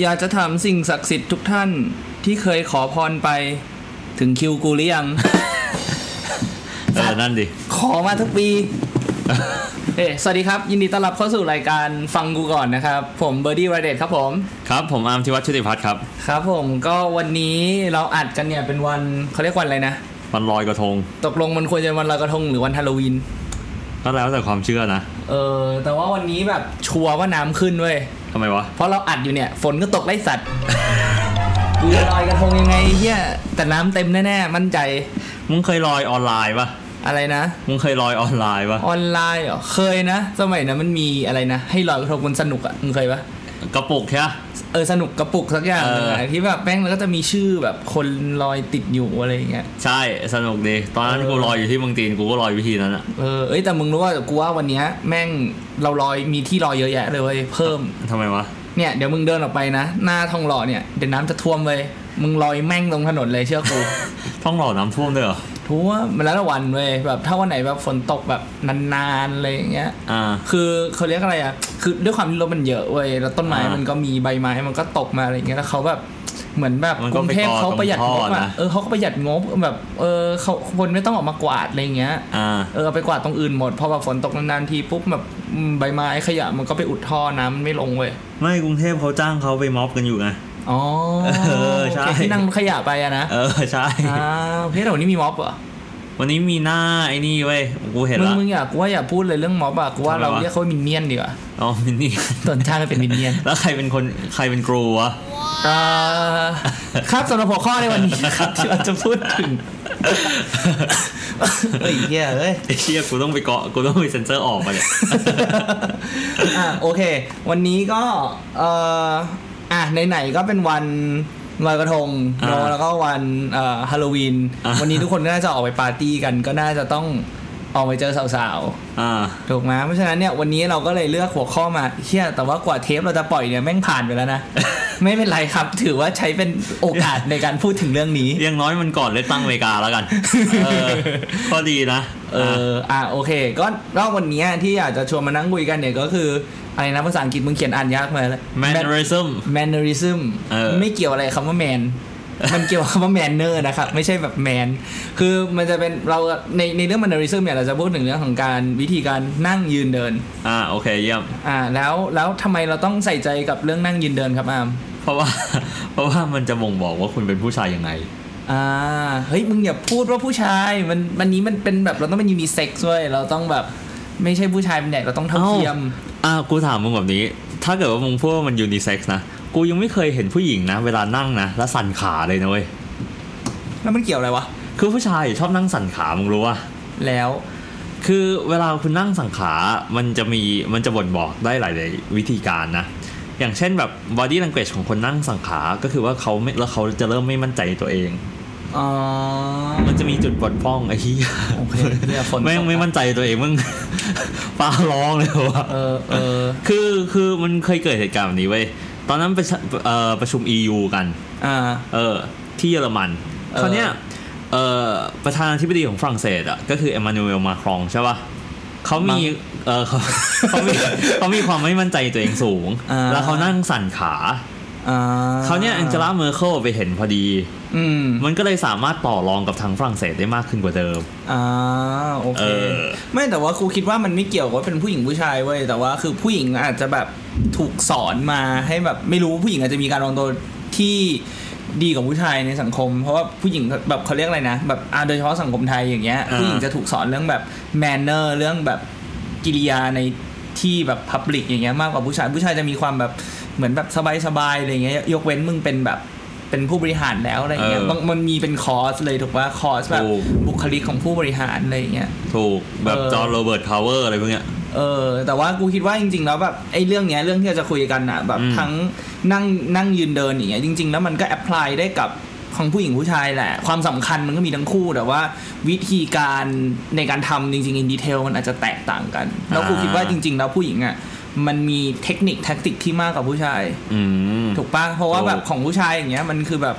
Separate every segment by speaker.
Speaker 1: อยากจะถามสิ่งศักดิ์สิทธิ์ทุกท่านที่เคยขอพรไป ถึงคิวกูหรือยัง
Speaker 2: เออ นั่นดิ
Speaker 1: ขอมาทุกปี เอ๊ะสวัสดีครับ ยินดีต้อนรับเข้าสู่รายการฟังกูก่อนนะครับ ผมเบอร์ดี้ไรเดตครับผม
Speaker 2: ครับ ผมอาร์มธิวัฒน์ชุติพัฒน์ครับ
Speaker 1: ครับผมก็วันนี้เราอัดกันเนี่ยเป็นวันเขาเรียกวันอะไรนะ
Speaker 2: วันลอยกระทง
Speaker 1: ตกลงมันควรจะเป็นวันลอยกระทงหรือวันฮาโลวีน
Speaker 2: ก็แล้วแต่ความเชื่อนะ
Speaker 1: เออแต่ว่าวันนี้แบบชัวร์ว่าน้ำขึ้นเว้ย
Speaker 2: ทำไมวะ
Speaker 1: เพราะเราอัดอยู่เนี่ย ฝนก็ตกไล่สัตว์ กูจะลอยกระทงยังไงเฮียแต่น้ำเต็มแน่ๆ มั่นใจ
Speaker 2: มึงเคยลอยออนไลน์ปะ
Speaker 1: อะไรนะ
Speaker 2: มึงเคยลอยออนไลน์ปะ
Speaker 1: ออนไลน์เหรอเคยนะ สมัยนะมันมีอะไรนะ ให้ลอยกระทงบนสนุกอะ่ะมึงเคยปะ
Speaker 2: กระปุกใช่ปะ
Speaker 1: เออสนุกกระปุกสักอย่างหนึ่งอะ
Speaker 2: เออ
Speaker 1: ที่แบบแป้งแล้วก็จะมีชื่อแบบคนลอยติดอยู่อะไรอย่างเงี้ย
Speaker 2: ใช่ สนุกดี ตอนนั้น
Speaker 1: เออ
Speaker 2: กูลอยอยู่ที่เมืองจีน กูก็ลอยวิธีนั้นอะ
Speaker 1: เออเอ้ยแต่มึงรู้ว่ากูว่าวันเนี้ยแม่งเราลอยมีที่ลอยเยอะแยะเลยเว้ยเพิ่ม
Speaker 2: ทำไมวะ
Speaker 1: เนี่ยเดี๋ยวมึงเดินออกไปนะ หน้าทองหล่อเนี่ยเดี๋ยวน้ำจะท่วมเลยมึงลอยแม่งลงถนนเลยเชื่อกู
Speaker 2: ท้องหล่อน้ำท่วมด้วยเหรอ
Speaker 1: ทั่วมันแล้วแต่วันเว้ยแบบถ้าวันไหนแบบฝนตกแบบนานๆอะไรอย่างเงี้ย
Speaker 2: อ่า
Speaker 1: คือเขาเรียกอะไรอ่ะ คือด้วยความที่รถมันเยอะเว้ยแล้วต้นไม้
Speaker 2: อ่ามั
Speaker 1: มันก็มีใบไม้มันก็ตกมาอะไรอย่างเงี้ยแล้วเขาแบบเหมือนแบบ
Speaker 2: มัน
Speaker 1: ก
Speaker 2: ก็
Speaker 1: รุง
Speaker 2: ไป
Speaker 1: เทพ
Speaker 2: กอ
Speaker 1: เขาประหยัดงบ
Speaker 2: ตรงท่อ
Speaker 1: อ่ะ
Speaker 2: นะ
Speaker 1: เออเขาก็ประหยัดงบแบบเออเขาคนไม่ต้องออกมากวาดอะไรอย่างเงี้ย
Speaker 2: อ่า
Speaker 1: เออเอาไปกวาดตรงอื่นหมดพอแบบฝนตกนานๆทีปุ๊บแบบอืมใบไม้ขยะมันก็ไปอุดท่อน้ำมันไม่ลงเว้ย
Speaker 2: ไม่กรุงเทพเขาจ้างเขาไปม็อบกันอยู่ไง
Speaker 1: อ๋อ
Speaker 2: เออใช่
Speaker 1: โคที่นั่งขยะไป อะนะ
Speaker 2: เออ ใช่
Speaker 1: อ้าวเฮ้ยแต่วันนี้มีม็อบเหรอ
Speaker 2: วันนี้มีหน้าไอ้นี่เว้ย กูเห็น
Speaker 1: มึง
Speaker 2: ละ
Speaker 1: มึงอยากกูว่าอย่าพูดเลยเรื่องม็อบอะกูว่า
Speaker 2: ทำไม
Speaker 1: เรา
Speaker 2: วะ
Speaker 1: เรียกเขาว่ามินเนี่ยนดีกว่า
Speaker 2: อ๋อมินนี่
Speaker 1: ตอนชาติเป็นมินเนี่ยน
Speaker 2: แล้วใครเป็นคน ใครเป็นกรูวะ
Speaker 1: เอ่อครับสำหรับหัวข้อในวันนี้ครับที่เราจะพูดถึงเฮ้ยเหี้ยเอ้ย
Speaker 2: ไอ้เชี่ยกูต้องไปเกาะ กูต้องไปเซ็นเซอร์ออกมาเนี่ย
Speaker 1: อ่ะโอเค วันนี้ก็เอ่ออ่ะไหนๆก็เป็นวันลอยกระทง
Speaker 2: อ่า
Speaker 1: เนอะแล้วก็วันเอ่อฮาโลวีน
Speaker 2: อ่า
Speaker 1: วันนี้ทุกคนก็น่าจะออกไปปาร์ตี้กัน ก็น่าจะต้องออกไปเจอสาวๆ
Speaker 2: อ่า
Speaker 1: ถูกไหมเพราะฉะนั้นเนี่ยวันนี้เราก็เลยเลือกหัวข้อมาเฮียแต่ว่ากว่าเทปเราจะปล่อยเนี่ยแม่งผ่านไปแล้วนะ ไม่เป็นไรครับ ถือว่าใช้เป็นโอกาสในการพูดถึงเรื่องนี้
Speaker 2: อย่างน้อยมันก่อนเลือกตั้งอเมริกา แล้วกัน เออก็ดีนะ
Speaker 1: เออ อ่ะโอเค ก็รอบวันนี้ที่อยากจะชวนมานั่งคุยกันเนี่ยก็คืออะไรนะภาษาอังกฤษมึงเขียนอ่านยากมาเลย
Speaker 2: แมนเริซึม
Speaker 1: mannerism
Speaker 2: เออ
Speaker 1: ไม่เกี่ยวอะไรคำว่าแมน มันเกี่ยวกับคำว่าแมนเนอร์นะครับไม่ใช่แบบแมน คือมันจะเป็นเราในในเรื่อง mannerism เนี่ยเราจะพูดถึงเรื่องของการวิธีการนั่งยืนเดิน
Speaker 2: อ่าโอเคเยี่ยม
Speaker 1: อ่าแล้วแล้วทำไมเราต้องใส่ใจกับเรื่องนั่งยืนเดินครับอาม
Speaker 2: เพราะว่า เพราะว่ามันจะบ่งบอกว่าคุณเป็นผู้ชายยังไง
Speaker 1: อ่าเฮ้ยมึงอย่าพูดว่าผู้ชายมันวันนี้มันเป็นแบบเราต้องเป็นยูนิเซ็กซ์ด้วยเราต้องแบบไม่ใช่ผู้ชายเป็นเด็กเราต้องเท่าเทียม
Speaker 2: อ่ากูถามมึงแบบนี้ ถ้าเกิดว่ามึงพูดว่ามันยูนิเซ็กซ์นะ กูยังไม่เคยเห็นผู้หญิงนะ เวลานั่งนะ แล้วสั่นขาเลยนะเว้ย
Speaker 1: แล้วมันเกี่ยวอะไรวะ
Speaker 2: คือผู้ชายชอบนั่งสั่นขา มึงรู้ว่า
Speaker 1: แล้ว
Speaker 2: คือเวลาคุณนั่งสังขา มันจะมี มันจะบ่นบอกได้หลายๆวิธีการนะ อย่างเช่นแบบ body language ของคนนั่งสังขา ก็คือว่าเขาไม่ แล้วเขาจะเริ่มไม่มั่นใจในตัวเอง
Speaker 1: อ๋อ
Speaker 2: มันจะมีจุดบอดพร่องไอ้เหี้ย
Speaker 1: โอเคเนี่ยฝนตก
Speaker 2: แม่งไม่มั่นใจตัวเอง มึง ฟ้าร้องเลยว่ะ
Speaker 1: เออเออ
Speaker 2: คือ คือมันเคยเกิดเหตุการณ์แบบนี้เว้ย ตอนนั้นประชาเอ่อประชุม EU กัน
Speaker 1: อ่า
Speaker 2: เออที่เยอรมัน
Speaker 1: เออ
Speaker 2: คราวเนี้ยเออประธานาธิบดีของฝรั่งเศสอ่ะก็คือเอมมานูเอลมาครองใช่ป่ะเขามีเออเขาเขามี เขามีความไม่มั่นใจตัวเองสูง
Speaker 1: อ่า
Speaker 2: แล้วเขานั่งสั่นขา
Speaker 1: อ่า
Speaker 2: เขาวเนี้ยแองเจล่าเมอร์เคิลไปเห็นพอดี
Speaker 1: อืม
Speaker 2: มันก็เลยสามารถต่อรองกับทางฝรั่งเศสได้มากขึ้นกว่าเดิม
Speaker 1: อ่าโอเค
Speaker 2: เออ
Speaker 1: ไม่แต่ว่าครูคิดว่ามันไม่เกี่ยวกับว่าเป็นผู้หญิงผู้ชายเว้ยแต่ว่าคือผู้หญิงอาจจะแบบถูกสอนมาให้แบบไม่รู้ผู้หญิงอาจจะมีการวางตัวที่ดีกว่าผู้ชายในสังคม เพราะว่าผู้หญิงแบบเขาเรียกอะไรนะ แบบอ่ะโดยเฉพาะสังคมไทยอย่างเงี้ย
Speaker 2: อ่า
Speaker 1: ผู้หญิงจะถูกสอนเรื่องแบบแมนเนอร์เรื่องแบบกิริยาในที่แบบพับลิกอย่างเงี้ยมากกว่าผู้ชายผู้ชายจะมีความแบบเหมือนแบบสบายๆอะไรเงี้ยยกเว้นมึงเป็นแบบเป็นผู้บริหารแล้วอะไรเงี้ยบางมันมีเป็นคอร์สเลยถูกว่าคอร์สแบบบุคลิกของผู้บริหารอะไรเงี้ย
Speaker 2: ถูกแบบ
Speaker 1: เออ
Speaker 2: จอร์โรเบิร์ตพาวเวอร์อะไรพวกเนี้ย
Speaker 1: เออแต่ว่ากูคิดว่าจริง ๆ แล้วแบบไอ้เรื่องเนี้ยเรื่องที่เราจะคุยกันอ่ะแบบ
Speaker 2: อืม
Speaker 1: ทั้งนั่งนั่งยืนเดินอย่างเงี้ยจริง ๆ แล้วมันก็แอพพลายได้กับของผู้หญิงผู้ชายแหละ ความสำคัญมันก็มีทั้งคู่แต่ว่าวิธีการในการทำจริงๆอินดีเทลมันอาจจะแตกต่างกัน แล้วกูคิดว่าจริง ๆ แล้วผู้หญิงอ่ะมันมีเทคนิคแท็กติกที่มากกว่าผู้ชาย
Speaker 2: อืม
Speaker 1: ถูกปะเพราะว่า
Speaker 2: ถูก
Speaker 1: แบบของผู้ชายอย่างเงี้ยมันคือแบบ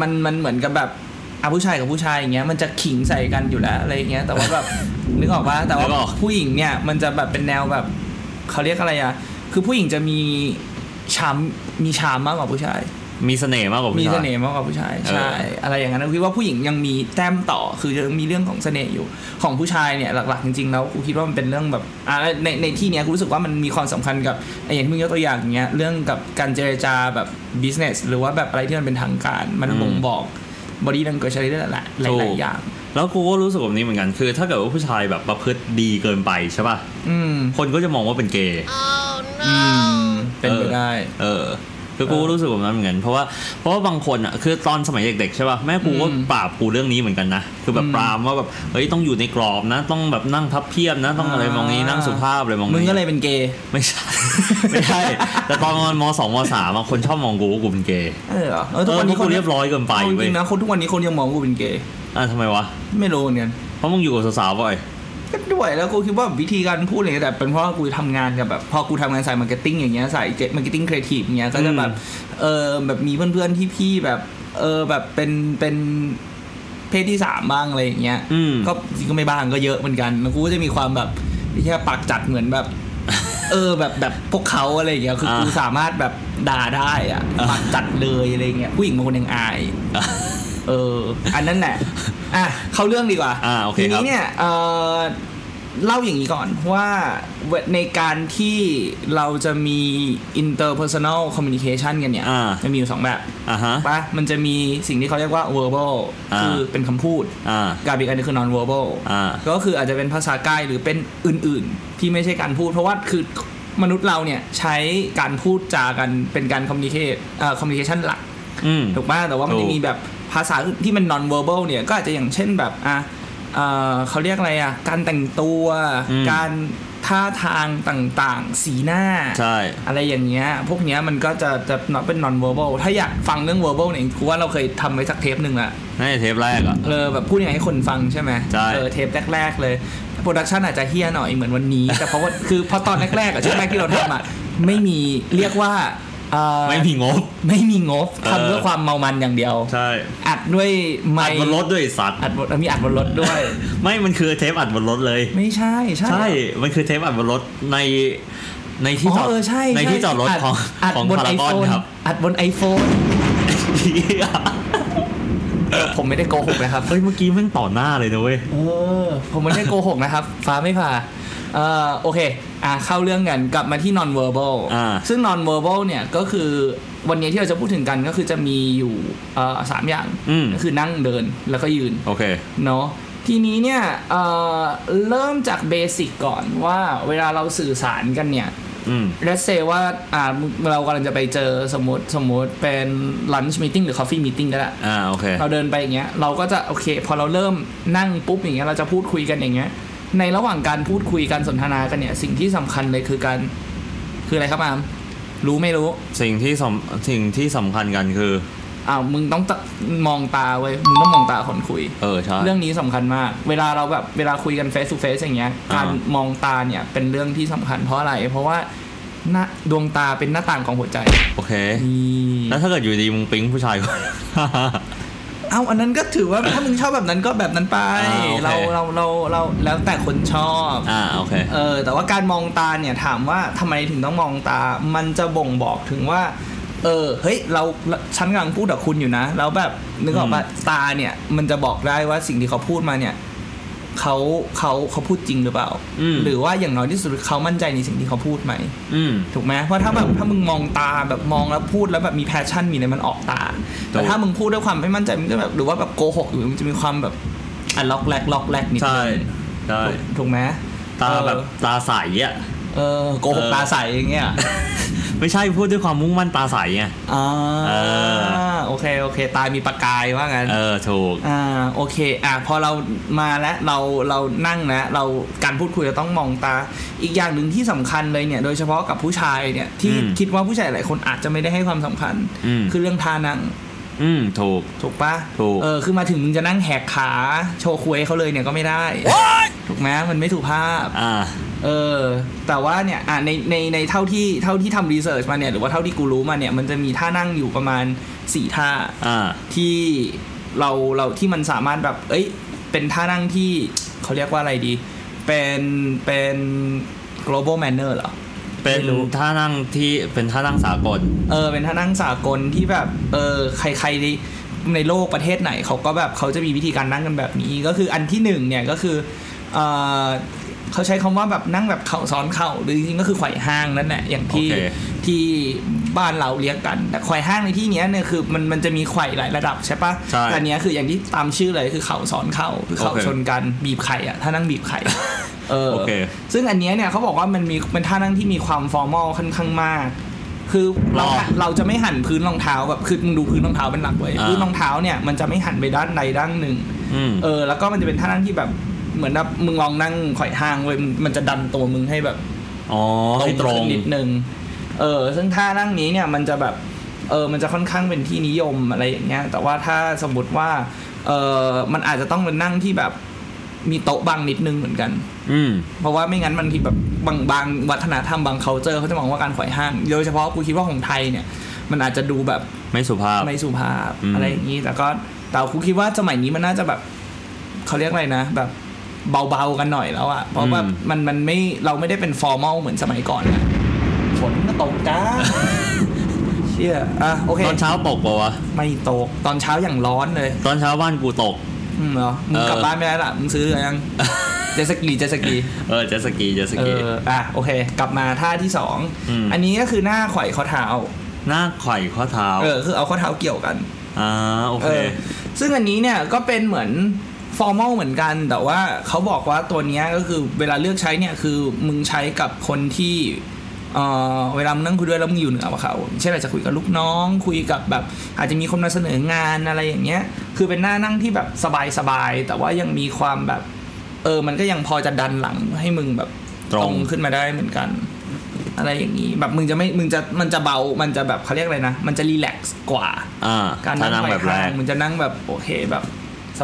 Speaker 1: มันมันเหมือนกับแบบอ่ะผู้ชายกับผู้ชายอย่างเงี้ยมันจะขิงใส่กันอยู่แล้วอะไรอย่างเงี้ยแต่ว่าแบบ นึกออกปะแต่ว่าผู้หญิงเนี่ยมันจะแบบเป็นแนวแบบเขาเรียกอะไรอะคือผู้หญิงจะมี ชามมีชามมากกว่าผู้ชาย
Speaker 2: มีเสน่ห์มากกว่าผู้
Speaker 1: มี
Speaker 2: ชาย
Speaker 1: เสน่ห์มากกว่าผู้ชาย
Speaker 2: เออ
Speaker 1: ใช่อะไรอย่างนั้นคิดว่าผู้หญิงยังมีแต้มต่อคือยังมีเรื่องของเสน่ห์อยู่ ของผู้ชายเนี่ยหลักๆจริงๆแล้วกูคิดว่ามันเป็นเรื่องแบบอ่าในในที่เนี้ยกูรู้สึกว่ามันมีความสำคัญกับไอ้อย่างที่มึงยกตัวอย่างอย่างเงี้ยเรื่องกับการเจรจาแบบ business หรือว่าแบบอะไรที่มันเป็นทางการ มันบ่งบอก body language อะไรได้หลายๆหลายๆอย่าง
Speaker 2: แล้วกูก็รู้สึกแบบนี้เหมือนกันคือ ถ้าเกิดว่าผู้ชายแบบประพฤติดีเกินไปใช่ป่ะ
Speaker 1: อืม
Speaker 2: คนก็จะมองว่าเป็นเกย์
Speaker 1: อืมเป็นไปได้
Speaker 2: เออคือกู
Speaker 1: เออ
Speaker 2: รู้สึกแบบนั้นเหมือนกันเพราะว่าเพราะว่าบางคนอ่ะคือตอนสมัยเด็กๆใช่ป่ะแม่กูก็
Speaker 1: อืม
Speaker 2: ปราบกูเรื่องนี้เหมือนกันนะคือแบบ
Speaker 1: อืม
Speaker 2: ปรามว่าแบบเฮ้ยต้องอยู่ในกรอบนะ ต้องแบบนั่งพับเพียบนะ ต้องอะไร
Speaker 1: อ่ามม
Speaker 2: องนี้นั่งสุภาพอะไรมอง
Speaker 1: มึง
Speaker 2: นี้
Speaker 1: ก็เลยเป็นเกย์
Speaker 2: ไม่ใช่ ไม่ใช่แต่ตอนประมาณมสองมสามอะคนชอบมองกูว่ากูเป็นเกย์
Speaker 1: เออเหรอเอ
Speaker 2: เอ
Speaker 1: อทุ
Speaker 2: อ
Speaker 1: กวัน
Speaker 2: พว
Speaker 1: นี้
Speaker 2: ก
Speaker 1: ค
Speaker 2: กู
Speaker 1: น
Speaker 2: เรียบร้อยเกินไป
Speaker 1: เอาจ
Speaker 2: เว้ย
Speaker 1: ริงๆนะคนทุกวันนี้คนยังมองกูเป็นเกย์
Speaker 2: อ่ะทำไมวะ
Speaker 1: ไม่รู้เหมือนกัน
Speaker 2: เพราะมึงอยู่กับสาวๆบ่อย
Speaker 1: ก็ด้วยแล้วกูคิดว่าวิธีการพูดอะไรเงี้ยแต่เป็นเพราะว่ากูทำงานกับแบบพอกูทำงานสายมาร์เก็ตติ้งอย่างเงี้ยสายมาร์เก็ตติ้งครีเอทีฟเงี้ยก็จะแบบเออแบบมีเพื่อนๆที่พี่แบบเออแบบเป็นเป็นเพศที่สามบ้างอะไรอย่างเงี้ย
Speaker 2: อืม
Speaker 1: ก็จริงก็ไม่บ้างก็เยอะเหมือนกันแล้วกูก็จะมีความแบบแค่ปากจัดเหมือน แบบ เออแบบแบบพวกเขาอะไรอย่างเงี้ยคืออากูสามารถแบบด่าได้อะ
Speaker 2: อ่า
Speaker 1: ปากจัดเลยอะไรเงี้ยผู้หญิงบางคนยังอาย เออ อันนั้นแหละ อ่ะ เข้าเรื่องดีกว่า
Speaker 2: อ่าโอเค
Speaker 1: ที
Speaker 2: ครับ
Speaker 1: นี้เนี่ยเออเล่าอย่างนี้ก่อนว่าในการที่เราจะมี interpersonal communication กันเนี่ย
Speaker 2: อ่า
Speaker 1: มันมีอยู่สองแบบ
Speaker 2: อ่ะฮะ
Speaker 1: ปะมันจะมีสิ่งที่เขาเรียกว่า verbal
Speaker 2: อ่า
Speaker 1: คือเป็นคำพูด
Speaker 2: อ่า
Speaker 1: กับอีกอันนึงคือ non verbal
Speaker 2: อ่า
Speaker 1: ก็คืออาจจะเป็นภาษากายหรือเป็นอื่นๆ ที่ไม่ใช่การพูด เพราะว่าคือมนุษย์เราเนี่ยใช้การพูดจากันเป็นการ communicate เอ่อ communication หลัก
Speaker 2: อืม
Speaker 1: ถูกป่ะแต่ว่ามัน
Speaker 2: ถู
Speaker 1: จะ
Speaker 2: ก
Speaker 1: มีแบบภาษาที่มัน non verbal เนี่ยก็อาจจะอย่างเช่นแบบอ่ะเอ่อเขาเรียกอะไรอ่ะ การแต่งตัว การท่าทางต่างๆ สีหน้า
Speaker 2: ใช่
Speaker 1: อะไรอย่างเงี้ย พวกเนี้ยมันก็จะจะเป็น non verbal ถ้าอยากฟังเรื่อง verbal เนี่ยกูว่าเราเคยทำไว้สักเทปหนึ่งละ
Speaker 2: น่าจะเทปแรกอ่ะ
Speaker 1: เออแบบพูดยังไงให้คนฟังใช่ไหม
Speaker 2: ใช่
Speaker 1: เออเทปแรก ๆ เลยโปรดักชันอาจจะเฮี้ยหน่อยเหมือนวันนี้ แต่เพราะ ว่าคือพอตอนแรกๆอะช่วงแรกที่เราทำอะไม่มีเรียกว่าเอ่อ
Speaker 2: ไม่มีงบ
Speaker 1: ไม่มีงบ
Speaker 2: เออ
Speaker 1: ทำเพื่อความเมามันอย่างเดียว
Speaker 2: ใช่
Speaker 1: อัดด้วยไม
Speaker 2: อัด
Speaker 1: ค์
Speaker 2: บนรถด้วยไอ้สัตว์
Speaker 1: อัดบนมีอัดบนรถ ด้วย
Speaker 2: ไม่ มันคือเทปอัดบนรถเลย
Speaker 1: ไม่ใช่ใช่
Speaker 2: ใช่ มันคือเทปอัดบนรถในในที่
Speaker 1: อ๋
Speaker 2: จอ
Speaker 1: อ
Speaker 2: ด
Speaker 1: เออใช่
Speaker 2: ในที่จอดรถของ
Speaker 1: อัด
Speaker 2: ของ
Speaker 1: บน
Speaker 2: พา
Speaker 1: ไอ
Speaker 2: ราก
Speaker 1: โฟ
Speaker 2: อ
Speaker 1: น
Speaker 2: น ครับ
Speaker 1: อัดบนไอโฟ นผมไม่ได้โกหกนะครับ
Speaker 2: เฮ้ย เมื่อกี้แมันต่อหน้าเลยนะเว้ย
Speaker 1: เออผมไม่ได้โกหกนะครับ ฟ้าไม่ผ่าเอ่อโอเค อ่ะเข้าเรื่องกันกลับมาที่ non verbal
Speaker 2: อ่า
Speaker 1: ซึ่ง non verbal เนี่ยก็คือวันนี้ที่เราจะพูดถึงกันก็คือจะมีอยู่เอ่อสามอย่าง
Speaker 2: อืม
Speaker 1: ก็คือนั่งเดินแล้วก็ยืน
Speaker 2: โอเค
Speaker 1: เนาะทีนี้เนี่ยเอ่อเริ่มจากเบสิกก่อนว่าเวลาเราสื่อสารกันเนี่ย
Speaker 2: อืม
Speaker 1: เลสเซว่าอ่าเรากำลังจะไปเจอสมมติสมมติเป็น lunch meeting หรือ coffee meeting ก็ได้
Speaker 2: อ่า โอเค
Speaker 1: เราเดินไปอย่างเงี้ยเราก็จะโอเค พอเราเริ่มนั่งปุ๊บอย่างเงี้ยเราจะพูดคุยกันอย่างเงี้ย ในระหว่างการพูดคุยการสนทนากันเนี่ย สิ่งที่สำคัญเลยคือการคืออะไรครับอามรู้ไม่รู้
Speaker 2: สิ่งที่สำสิ่งที่สำคัญกันคือ
Speaker 1: อ้าวมึงต้องตะมองตาเว้ยมึงต้องมองตาคนคุย
Speaker 2: เออ ใช่
Speaker 1: เรื่องนี้สำคัญมาก เวลาเราแบบเวลาคุยกันเฟ e ทูเฟ e อย่างเงี้ย
Speaker 2: อ่า
Speaker 1: การมองตาเนี่ยเป็นเรื่องที่สำคัญเพราะอะไร เพราะว่าหน้าดวงตาเป็นหน้าต่างของหัวใจ
Speaker 2: โอเค
Speaker 1: นี่
Speaker 2: แล้วถ้าเกิดอยู่ดีมึงปิ๊งผู้ชายก็
Speaker 1: เอ้าอันนั้นก็ถือว่าถ้ามึงชอบแบบนั้นก็แบบนั้นไป
Speaker 2: อ่าโอเค
Speaker 1: เราเราเราเราแล้วแต่คนชอบ
Speaker 2: อ่า โอเค
Speaker 1: เออแต่ว่าการมองตาเนี่ยถามว่าทำไมถึงต้องมองตา มันจะบ่งบอกถึงว่า เออเฮ้ยเราฉันกำลังพูดกับคุณอยู่นะ แล้วแบบนึกออกปะตาเนี่ย มันจะบอกได้ว่าสิ่งที่เขาพูดมาเนี่ยเขาเขาเขาพูดจริงหรือเปล่า
Speaker 2: อืม
Speaker 1: หรือว่าอย่างน้อยที่สุดเขามั่นใจในสิ่งที่เขาพูดไหม
Speaker 2: อืม
Speaker 1: ถูกไหมเพราะถ้าแบบถ้ามึงมองตาแบบมองแล้วพูดแล้วแบบมีแพชชั่นมีอะไรมันออกตา แต่ถ้ามึงพูดด้วยความไม่มั่นใจมันก็แบบหรือว่าแบบโกหกอยู่มันจะมีความแบบอ่ะล็อกแรกล็อกแรกนิด
Speaker 2: ใช่
Speaker 1: นึง
Speaker 2: ใช่
Speaker 1: ถูกถูกไหม
Speaker 2: ตาแบบ
Speaker 1: เออ
Speaker 2: ตาใสอ่ะ
Speaker 1: เออโกหกตาใสอย่างเงี้ย
Speaker 2: ไม่ใช่พูดด้วยความมุ่งมั่นตาใสไง
Speaker 1: อ่า
Speaker 2: เออ
Speaker 1: โอเคโอเค ตามีประกายว่างั้น
Speaker 2: เออ ถูก
Speaker 1: อ่าโอเคอ่ะพอเรามาแล้วเราเรานั่งแล้วเราการพูดคุยเราต้องมองตา อีกอย่างหนึ่งที่สำคัญเลยเนี่ย โดยเฉพาะกับผู้ชายเนี่ยที่
Speaker 2: อืม
Speaker 1: คิดว่าผู้ชายหลายคนอาจจะไม่ได้ให้ความสำคัญ
Speaker 2: อืม
Speaker 1: คือเรื่องท่านั่ง
Speaker 2: อืม ถูก
Speaker 1: ถูกปะ
Speaker 2: ถูก
Speaker 1: เออคือมาถึงมึงจะนั่งแหกขาโชว์คุยเขาเลยเนี่ยก็ไม่ได้ ถูกไหมมันไม่ถูกภาพ
Speaker 2: อ่า
Speaker 1: เออแต่ว่าเนี่ยอ่ะในในในเท่าที่เท่าที่ทำรีเสิร์ชมาเนี่ยหรือว่าเท่าที่กูรู้มาเนี่ยมันจะมีท่านั่งอยู่ประมาณสี่ท่า
Speaker 2: อ่า
Speaker 1: ที่เราเราที่มันสามารถแบบ เอ้ย เป็นท่านั่งที่เขาเรียกว่าอะไรดี เป็นเป็น global manner เหรอ
Speaker 2: เป็น
Speaker 1: ไม่รู้
Speaker 2: ท่านั่งที่เป็นท่านั่งสากล
Speaker 1: เออเป็นท่านั่งสากลที่แบบเออใครๆในในโลกประเทศไหนเขาก็แบบเขาจะมีวิธีการนั่งกันแบบนี้ ก็คืออันที่หนึ่งเนี่ยก็คือเออเขาใช้คำว่าแบบนั่งแบบเข่าซ้อนเข่าหรือจริงๆก็คือไขว่ห้างนั่นแหละอย่างที่
Speaker 2: โอเค
Speaker 1: ที่บ้านเราเรียกกันแต่ไขว่ห้างในที่เนี้ยเนี่ยคือมันมันจะมีไขว่หลายระดับใช่ปะ
Speaker 2: ใช่
Speaker 1: แต่อันเนี้ยคืออย่างที่ตามชื่อเลยคือเข่าซ้อนเข่าคือเข่า
Speaker 2: โอเค
Speaker 1: ชนกันบีบไข่อะถ้านั่งบีบไข่ เออ
Speaker 2: โอเค
Speaker 1: ซึ่งอันเนี้ยเนี่ยเขาบอกว่ามันมีมันท่านั่งที่มีความฟอร์มอลค่อนข้างมาก คือเรา
Speaker 2: หรอ
Speaker 1: เราจะไม่หันพื้นรองเท้าแบบคือมึงดูพื้นรองเท้าเป็นหลักไว้ย
Speaker 2: อ่า
Speaker 1: พื้นรองเท้าเนี่ยมันจะไม่หันไปด้านใดด้านหนึ่ง
Speaker 2: อืม
Speaker 1: เออแล้วก็มันจะเป็นท่านั่งที่แบบเหมือนแบบมึงลองนั่งไขว่ห้างเว้ยมึงมันจะดันตัวมึงให้แบบ
Speaker 2: อ๋อให้ตรง
Speaker 1: ขึ้นนิดนึงเออซึ่งท่านั่งนี้เนี่ยมันจะแบบเออมันจะค่อนข้างเป็นที่นิยมอะไรอย่างเงี้ยแต่ว่าถ้าสมมติว่าเออมันอาจจะต้องเป็นนั่งที่แบบมีโต๊ะบังนิดนึงเหมือนกัน
Speaker 2: อืม
Speaker 1: เพราะว่าไม่งั้นมันทีแบบบางบางวัฒนธรรมบาง c u เจอร์เขาจะมองว่าการขวายห้างโดยเฉพาะกูคิดว่าของไทยเนี่ย มันอาจจะดูแบบ
Speaker 2: ไม่สุภาพ
Speaker 1: ไม่สุภาพ
Speaker 2: อืม
Speaker 1: อะไรอย่างนี้แต่ก็แต่กูคิดว่าสมัยนี้มันน่าจะแบบเขาเรียกอะไรนะ แบบเบาๆกันหน่อยแล้วอะเพราะว่ามันมันไม่เราไม่ได้เป็นฟอร์มอลเหมือนสมัยก่อนอะฝนก็ตก จ้า เชี่ยอ่ะโอเค
Speaker 2: ตอนเช้าตกปะวะ
Speaker 1: ไม่ตกตอนเช้าอย่างร้อนเลย
Speaker 2: ตอนเช้าบ้านกูตก
Speaker 1: อืมเหรอมึงกลับ
Speaker 2: เออ
Speaker 1: บ้านไม่ได้ละมึงซื้อห รือยัง เจตสกีเจตสกี
Speaker 2: เออเจตสกีเจตส
Speaker 1: เอ
Speaker 2: กี
Speaker 1: อ อ่ะ โอเค กลับมาท่าที่สอง
Speaker 2: อืม
Speaker 1: นนี้ก็คือหน้าไขว่ข้อเท้า
Speaker 2: หน้าไขว่ข้อเท้า
Speaker 1: เออ คือเอาข้อเท้าเกี่ยวกัน
Speaker 2: อ่าโอ
Speaker 1: เอ
Speaker 2: เค
Speaker 1: อ ซึ่งอันนี้เนี่ยก็เป็นเหมือน formal เหมือนกัน แต่ว่าเขาบอกว่าตัวเนี้ยก็คือเวลาเลือกใช้เนี่ยคือมึงใช้กับคนที่ เออเวลามึงนั่งคุยด้วยแล้วมึงอยู่เหนือกว่าเขาเช่นอาจจะคุยกับลูกน้อง คุยกับแบบ อาจจะมีคนมาเสนองานอะไรอย่างเงี้ย คือเป็นหน้านั่งที่แบบสบายๆ แต่ว่ายังมีความแบบ เออ มันก็ยังพอจะดันหลังให้มึงแบบ
Speaker 2: ตรง
Speaker 1: ขึ้นมาได้เหมือนกัน อะไรอย่างนี้ แบบมึงจะไม่ มึงจะ มันจะเบา มันจะแบบเขาเรียกอะไรนะ มันจะรีแลกซ์กว่า
Speaker 2: อ่า
Speaker 1: การ
Speaker 2: ท่า
Speaker 1: นั่ง
Speaker 2: นั่ง
Speaker 1: แบ
Speaker 2: แบบ บแรก
Speaker 1: มันจะนั่งแบบโอเคแบบส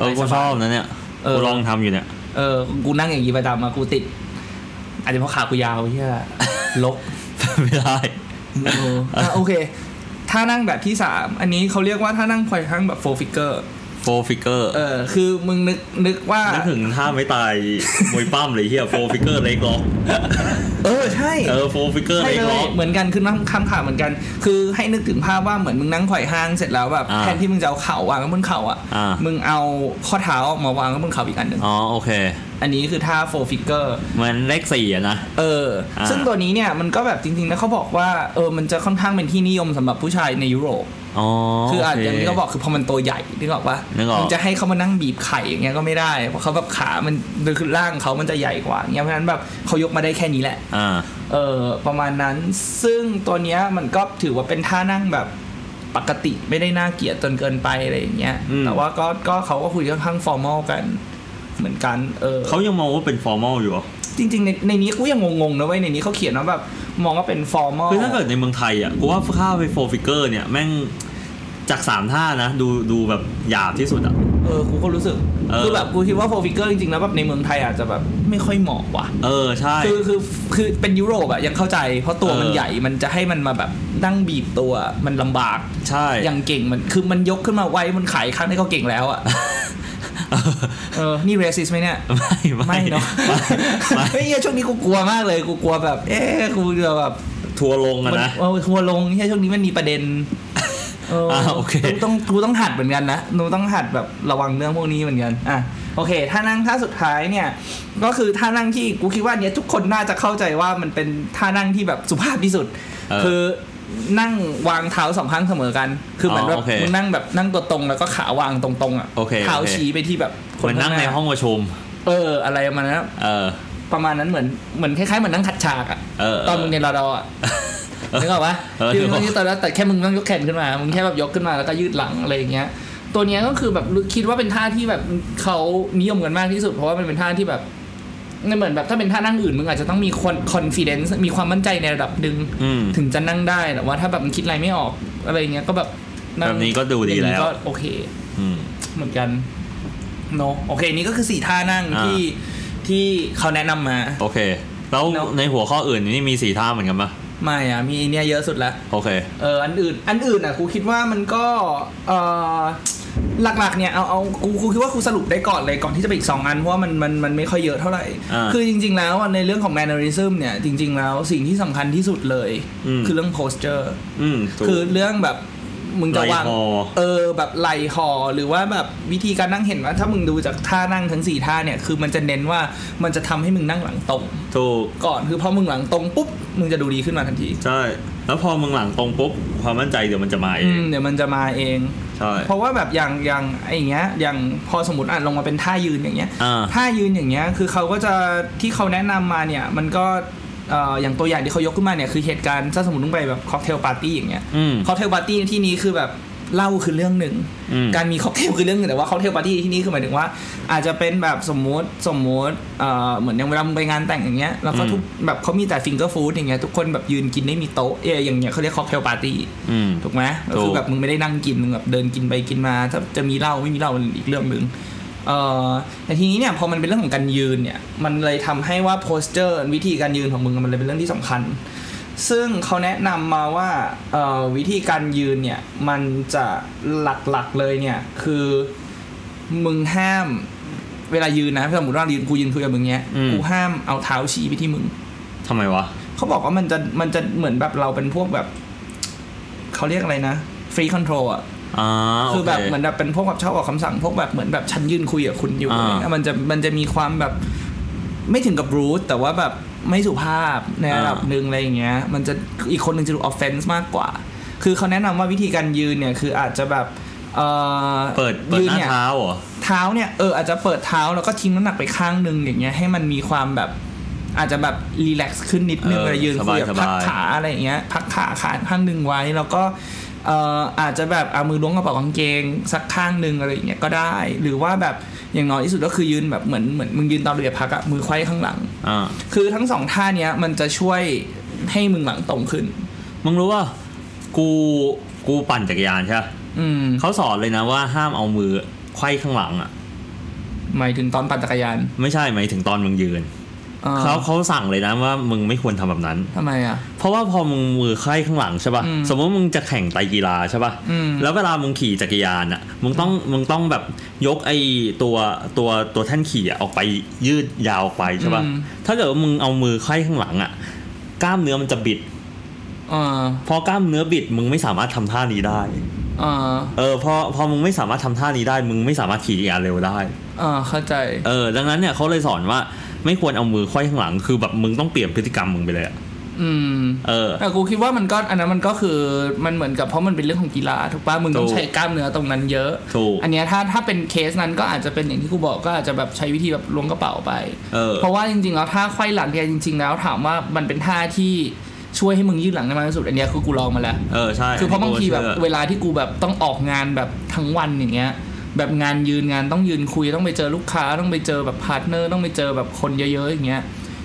Speaker 2: เออบ
Speaker 1: าย
Speaker 2: กู
Speaker 1: ส
Speaker 2: ชอ
Speaker 1: บบ ย
Speaker 2: นะเนี่ย
Speaker 1: เออ
Speaker 2: กูลองทำอยู่เนี่ย
Speaker 1: เออ กูนั่งอย่างนี้ประจำมากูติด อาจจะเพราะขากูยาวเฮียลก
Speaker 2: ไม่ได้
Speaker 1: เอออ่ะโอเค ท่านั่งแบบที่สามอันนี้เขาเรียกว่าท่านั่งพลอยข้างแบบโฟฟิกเกอร์
Speaker 2: โฟฟิกเกอร์
Speaker 1: เออ คือมึงนึกนึกว่า
Speaker 2: นึกถึงท่าไม่ตาย มวยปั้มเลยเฮียโฟฟิกเกอร์เล็กล็อก
Speaker 1: เออ ใช่
Speaker 2: เออโฟฟิกเกอร์
Speaker 1: ใช่
Speaker 2: เล็ก
Speaker 1: เล
Speaker 2: ล็
Speaker 1: ย
Speaker 2: อก
Speaker 1: เหมือนกันคือนั่งข้ามขาเหมือนกัน คือให้นึกถึงภาพว่าเหมือนมึงนั่งไขว่ห้างเสร็จแล้วแบบ
Speaker 2: อ่า
Speaker 1: แทนที่มึงจะเอาเข่าวางไว้บนเข่าอ่ะ
Speaker 2: อ่ามึ
Speaker 1: มึงเอาข้อเท้ามาวางไว้บนเข่าอีกอันหนึ่ง
Speaker 2: อ๋อโอเค
Speaker 1: อันนี้คือท่าโฟฟิกเกอร์
Speaker 2: เหมือนเลขสี่อะนะ
Speaker 1: เออ
Speaker 2: อ่า
Speaker 1: ซึ่งตัวนี้เนี่ยมันก็แบบจริงๆ แล้วเขาบอกว่าเออมันจะค่อนข้างเป็นที่นิยมสำหรับผู้ชายในยุโรป
Speaker 2: อ๋อ
Speaker 1: คืออาจ
Speaker 2: โเ
Speaker 1: อย่างที่เขาบอกคือพอมันตัวใหญ่นึกออกปะ
Speaker 2: นึกออก
Speaker 1: มัจะให้เขามานั่งบีบไข่อย่างเงี้ยก็ไม่ได้ เพราะเขาแบบขา มันคือร่างเขามันจะใหญ่กว่าอย่างเงี้ยเพราะฉะนั้นแบบเขายกมาได้แค่นี้แหละ
Speaker 2: อ่า
Speaker 1: เออประมาณนั้นซึ่งตัวเนี้ยมันก็ถือว่าเป็นท่านั่งแบบปกติไม่ได้น่าเกลียดจนเกินไปอะไรอย่างเงี้ย
Speaker 2: อืม
Speaker 1: แต่ว่าก็ก็เขาก็คุยค่อนข้างฟอร์มอลกันเหมือนกันเออ
Speaker 2: เขายังมองว่าเป็นฟอร์มอลอยู่เหรอ
Speaker 1: จริงๆในในนี้กูยังงงๆนะเว้ยในนี้เขาเขียนว่าแบบมองว่าเป็นฟอร์มอล
Speaker 2: คือถ้าเกิดในเมืองไทยอ่ะกูว่าค่าไปโฟฟิกเกอร์เนี่ยแม่งจากสามท่านะ ดูดูแบบหยาบที่สุดอ่ะ
Speaker 1: เออกูก็รู้สึก
Speaker 2: เออ
Speaker 1: คือแบบกูคิดว่าโฟฟิกเกอร์จริงๆแล้วแบบในเมืองไทยอาจจะแบบไม่ค่อยเหมาะว่ะ
Speaker 2: เออใช่
Speaker 1: คือคือคือเป็นยุโรปอะยังเข้าใจ เพราะตัวมัน
Speaker 2: เออ
Speaker 1: ใหญ่มันจะให้มันมาแบบนั่งบีบตัวมันลำบาก
Speaker 2: ใช่
Speaker 1: อย่างเก่งมันคือมันยกขึ้นมาไว้มันขายข้างได้ก็เก่งแล้วอะ เออ นี่เรสิสไหมเนี่ย
Speaker 2: ไม่
Speaker 1: ไม่เนาะ
Speaker 2: ไม่
Speaker 1: เฮ้ยเหี้ยช่วงนี้กูกลัวมากเลย กูกลัวแบบ เอ๊ะกูจะแบบ
Speaker 2: ทัวร์ลงอะ
Speaker 1: มัน
Speaker 2: นะ
Speaker 1: เออทัวร์ลงเฮียช่วงนี้มันมีประเด็น เออ
Speaker 2: อ่าโอเค
Speaker 1: กูต้องกูต้องหัดเหมือนกันนะกูต้องหัดแบบระวังเรื่องพวกนี้เหมือนกัน อ่ะ โอเค ท่านั่งท่าสุดท้ายเนี่ย ก็คือท่านั่งที่กูคิดว่าเนี้ยทุกคนน่าจะเข้าใจว่ามันเป็นท่านั่งที่แบบสุภาพที่สุด
Speaker 2: เออ
Speaker 1: คือนั่งวางเท้าสองข้างเสมอกัน คือเหมือนแบ
Speaker 2: อ๋
Speaker 1: บ
Speaker 2: อโอเค
Speaker 1: มึงนั่งแบบนั่งตัวตรงแล้วก็ขาวางตรงๆอ่ะ
Speaker 2: โอเคโอเค
Speaker 1: เท้าชี้ไปที่แบบค
Speaker 2: เหมือนนั่ง
Speaker 1: ข้าา
Speaker 2: ในห้องประชุม
Speaker 1: เออ อะไรประมาณนั้นอะ
Speaker 2: เออ
Speaker 1: ประมาณนั้นเหมือนเหมือนคล้ายๆเหมือนนั่งขัดฉากอ่ะ
Speaker 2: เออ
Speaker 1: ตอนมึงเรียนรอดออ่ะ
Speaker 2: เออ
Speaker 1: นึกออกปะ
Speaker 2: เออ
Speaker 1: ที่มึง
Speaker 2: นึกออก
Speaker 1: ที่ตอนแล้วแต่แค่มึงต้องยกแขนขึ้นมามึงแค่แบบยกขึ้นมาแล้วก็ยืดหลังอะไรอย่างเงี้ย ตัวเนี้ยก็คือแบบคิดว่าเป็นท่าที่แบบเขานิยมกันมากที่สุด เพราะว่ามันเป็นท่าที่แบบมันเหมือนแบบถ้าเป็นท่านั่งอื่นมึงอาจจะต้องมีคนคอนฟ idence มีความมั่นใจในระดับหนึ่ง
Speaker 2: อืม
Speaker 1: ถึงจะนั่งได้แต่ว่าถ้าแบบมันคิดอะไรไม่ออกอะไรเงี้ยก็แบบง
Speaker 2: แบบนี้ก็ดูดี
Speaker 1: อย่าง
Speaker 2: แล้ว
Speaker 1: นี้ก็โอเค
Speaker 2: อืม
Speaker 1: เหมือนกันเนอะโอเคนี่ก็คือสี่ท่านั่ง
Speaker 2: อ่า
Speaker 1: ที่ที่เขาแนะนำมา
Speaker 2: โอเค แล้ว
Speaker 1: เนอะ
Speaker 2: ในหัวข้ออื่นนี่มีสี่ท่าเหมือนกันปะ
Speaker 1: ไม่อ่ะมีเนี่ยเยอะสุดละ
Speaker 2: โอเค
Speaker 1: เอออันอื่น อันอื่นอ่ะครูคิดว่ามันก็เออ หลักๆเนี่ยเอาเอากูกูคิดว่ากูสรุปได้ก่อนเลยก่อนที่จะไปอีกสองอันเพราะว่ามันมันมันไม่ค่อยเยอะเท่าไหร่
Speaker 2: อ่า
Speaker 1: คือจริง ๆ แล้วอะในเรื่องของ mannerism เนี่ยจริง ๆ แล้วสิ่งที่สำคัญที่สุดเลย
Speaker 2: อืม
Speaker 1: คือเรื่อง posture
Speaker 2: อืมถูก
Speaker 1: คือเรื่องแบบมึงจะวาง
Speaker 2: ไหล่คอ
Speaker 1: เออแบบไหลคอหรือว่าแบบวิธีการนั่งเห็นว่า ถ้ามึงดูจากท่านั่งทั้งสี่ท่าเนี่ยคือมันจะเน้นว่ามันจะทำให้มึงนั่งหลังตรง
Speaker 2: ถูก
Speaker 1: ก่อนคือพอมึงหลังตรงปุ๊บมึงจะดูดีขึ้นมาทันที
Speaker 2: ใช่ แล้วพอมึงหลังตรงปุ๊บ ความมั่นใจเดี๋ยวมันจะมาเอ
Speaker 1: อื
Speaker 2: ง
Speaker 1: มเดี๋ยวมันจะมาเอง
Speaker 2: ใช่
Speaker 1: เพราะว่าแบบอย่างอย่างไอ้อย่างเงี้ยอย่างพอสมมติอ่ะลงมาเป็นท่ายืนอย่างเงี้ย
Speaker 2: อ่า
Speaker 1: ท่ายืนอย่างเงี้ยคือเขาก็จะที่เขาแนะนำมาเนี่ยมันก็เอ่ออย่างตัวอย่างที่เขายกขึ้นมาเนี่ยคือเหตุการณ์ถ้าสมมติต้องไปแบบค็อกเทลปาร์ตี้อย่างเงี้ย
Speaker 2: อืม
Speaker 1: ค็อกเทลปาร์ตี้ในที่นี้คือแบบเหล้าคือเรื่องหนึ่ง
Speaker 2: อืม
Speaker 1: การมีค็อกเทลคือเรื่องหนึงแต่ว่าค็อกเทลปาร์ตี้ที่นี่คือหมายถึงว่า อาจจะเป็นแบบสมมุติสมมุติเอ่อเหมือนอย่างเวลามึงไปงานแต่งอย่างเงี้ยแล้วก็ทุกแบบเขามีแต่ฟิงเกอร์ฟู้ดอย่างเงี้ยทุกคนแบบยืนกินไม่มีโต๊ะเอออย่างเงี้ยเขาเรียกค็อกเทลปาร์ตี้
Speaker 2: อืม
Speaker 1: ถูกไหมก็
Speaker 2: ถู
Speaker 1: คือก แบบมึงไม่ได้นั่งกินมึงแบบเดินกินไปกินมา ถ้าจะมีเหล้าไม่มีเหล้ามันอีกเรื่องหนึ่งเอ่อแต่ทีนี้เนี่ยพอมันเป็นเรื่องของการยืนเนี่ย มันเลยทำให้ว่า posture วิธีการยืนของมึงมันเลยเป็นเรื่องที่สำคัญ ซึ่งเขาแนะนำมาว่าเอ่อวิธีการยืนเนี่ย มันจะหลักๆเลยเนี่ย คือมึงห้ามเวลายืนนะสมมติว่ายืนกูยืนคุยกับมึงเนี้ย
Speaker 2: อืม
Speaker 1: กูห้ามเอาเท้าชี้ไปที่มึง
Speaker 2: ทำไมวะ
Speaker 1: เขาบอกว่ามันจะมันจะเหมือนแบบเราเป็นพวกแบบ เขาเรียกอะไรนะฟรีคอนโทรลอ่ะ
Speaker 2: อ่าโ
Speaker 1: คือแบบเหมือนแบบเป็นพวกแบบชอบออกคำสั่ง พวกแบบเหมือนแบบฉันยืนคุยกับคุณอยู่
Speaker 2: อ่า
Speaker 1: อะไรเงี้ยมันจะมันจะมีความแบบ ไม่ถึงกับรูทแต่ว่าแบบไม่สุภาพในระดับหนึ่งอะไรอย่างเงี้ย มันจะอีกคนหนึ่งจะดูออฟเฟนส์มากกว่า คือเขาแนะนำว่าวิธีการยืนเนี่ยคืออาจจะแบบเอ่อ
Speaker 2: เปิด เปิด
Speaker 1: ยืน
Speaker 2: หน้า
Speaker 1: เนี่ย
Speaker 2: เท้าเหรอ
Speaker 1: เท้าเนี่ยเอออาจจะเปิดเท้าแล้วก็ทิ้งน้ำหนักไปข้างหนึงอย่างเงี้ยให้มันมีความแบบอาจจะแบบรีแลกซ์ขึ้นนิดนึง
Speaker 2: เออ
Speaker 1: เวลายืนคุยแบบบ
Speaker 2: สายๆ
Speaker 1: พักขาอะไรอย่างเงี้ยพักขาขาข้างหนึงไว้แล้วก็เอ่ออาจจะแบบเอามือล้วงกระเป๋ากางเกงสักข้างหนึงอะไรอย่างเงี้ยก็ได้ หรือว่าแบบอย่างน้อยที่สุดก็คือยืนแบบเหมือนเหมือนมึงยืนตอนเรียบพักอะมือไขว้ข้างหลัง
Speaker 2: อ่า
Speaker 1: คือทั้งสองท่าเนี้ยมันจะช่วยให้มึงหลังตรงขึ้น
Speaker 2: มึงรู้ว่า กู กูปั่นจักรยานใช่ปะ
Speaker 1: อืม
Speaker 2: เขาสอนเลยนะว่าห้ามเอามือไขว้ข้างหลังอ่ะ
Speaker 1: หมายถึงตอนปั่นจักรยาน
Speaker 2: ไม่ใช่หมายถึงตอนมึงยืน
Speaker 1: อ่
Speaker 2: เขาเขาสั่งเลยนะว่ามึงไม่ควรทำแบบนั้น
Speaker 1: ทำไมอ่ะ
Speaker 2: เพราะว่าพอมึงมือไขว้ข้างหลังใช่
Speaker 1: อืม
Speaker 2: ปะ่ะ สมมติมึงจะแข่งไตรกีฬาใช่
Speaker 1: อืม
Speaker 2: ปะ่ะ แล้วเวลามึงขี่จักรยานอะ่ะ มึงต้องมึงต้องแบบยกไอ้ตัวตัวตัวแท่นขี่อะออกไปยืดยาวออกไปใช่ปะ่ะ ถ้าเกิดว่ามึงเอามือไขว้ข้างหลังอะ่ะ กล้ามเนื้อมันจะบิด
Speaker 1: อ่า
Speaker 2: พอกล้ามเนื้อบิดมึงไม่สามารถทำท่านี้ได้
Speaker 1: อ่า
Speaker 2: เออพอพอมึงไม่สามารถทำท่านี้ได้ มึงไม่สามารถขี่จักรยานเร็วได้
Speaker 1: อ่าเข้าใจ
Speaker 2: เออ ดังนั้นเนี่ยเขาเลยสอนว่าไม่ควรเอามือไขว้ข้างหลัง คือแบบมึงต้องเปลี่ยนพฤติกรรมมึงไปเลยอะ
Speaker 1: อืม
Speaker 2: เออ
Speaker 1: แต่กูคิดว่ามันก็อันนั้นมันก็คือมันเหมือนกับเพราะมันเป็นเรื่องของกีฬาถูกปะมึงต้อง
Speaker 2: ถูก
Speaker 1: ใช้กล้ามเนื้อตรงนั้นเยอะ
Speaker 2: ถูก
Speaker 1: อันเนี้ยถ้าถ้าเป็นเคสนั้นก็อาจจะเป็นอย่างที่กูบอกก็อาจจะแบบใช้วิธีแบบล้วงกระเป๋าไป
Speaker 2: เออ
Speaker 1: เพราะว่าจริงๆแล้วถ้าไขว้หลังเนี่ยจริง ๆ แล้วถามว่ามันเป็นท่าที่ช่วยให้มึงยืดหลังได้มากที่สุดอันเนี้ยคือกูลองมาแล้ว
Speaker 2: เออใช่
Speaker 1: คือเพราะบางทีแบบ
Speaker 2: เชื่อ
Speaker 1: เวลาที่กูแบบต้องออกงานแบบทั้งวันอย่างเงี้ย แบบงานยืนงานต้องยืนคุยต้องไปเจอลูกค้าต้องไปเจอแบบพาร์ทเนอร์ต้องไปเจอแบบคนเยอะๆอย่างเงี้ย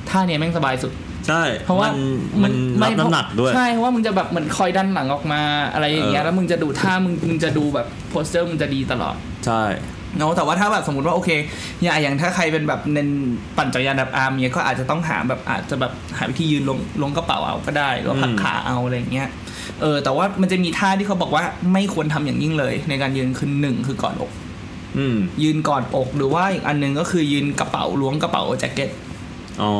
Speaker 1: ท่าเนี้ยแม่งสบายสุด
Speaker 2: ใช่
Speaker 1: เพราะว่าน มั
Speaker 2: มันรับน้ำหนักด้วย
Speaker 1: ใช่เพราะว่ามึงจะแบบเหมือนคอยดันหลังออกมาอะไรอย่างเงี้ย
Speaker 2: เออ
Speaker 1: แล้วมึงจะดูท่ามึงมึงจะดูแบบโพสเจอร์มึงจะดีตลอด
Speaker 2: ใช่
Speaker 1: เนาะแต่ว่าถ้าแบบสมมติว่าโอเคอย่างอย่างถ้าใครเป็นแบบเน้นปั่นจักรยานแบบอาร์มเนี่ยก็อาจจะต้องหาแบบอาจจะแบบหาวิธียืนลงลงกระเป๋าเอาก็ได้หรือว่าพัก
Speaker 2: อืม
Speaker 1: ขาเอาอะไรอย่างเงี้ยเออแต่ว่ามันจะมีท่าที่เขาบอกว่าไม่ควรทำอย่างยิ่งเลย ในการยืนคือหนึ่งคือกอดอก
Speaker 2: อืม
Speaker 1: ยืนกอดอกหรือว่าอีกอันหนึงก็คือยืนกระเป๋าล้วงกระเป๋าแจ็คเก็ต
Speaker 2: อ๋อ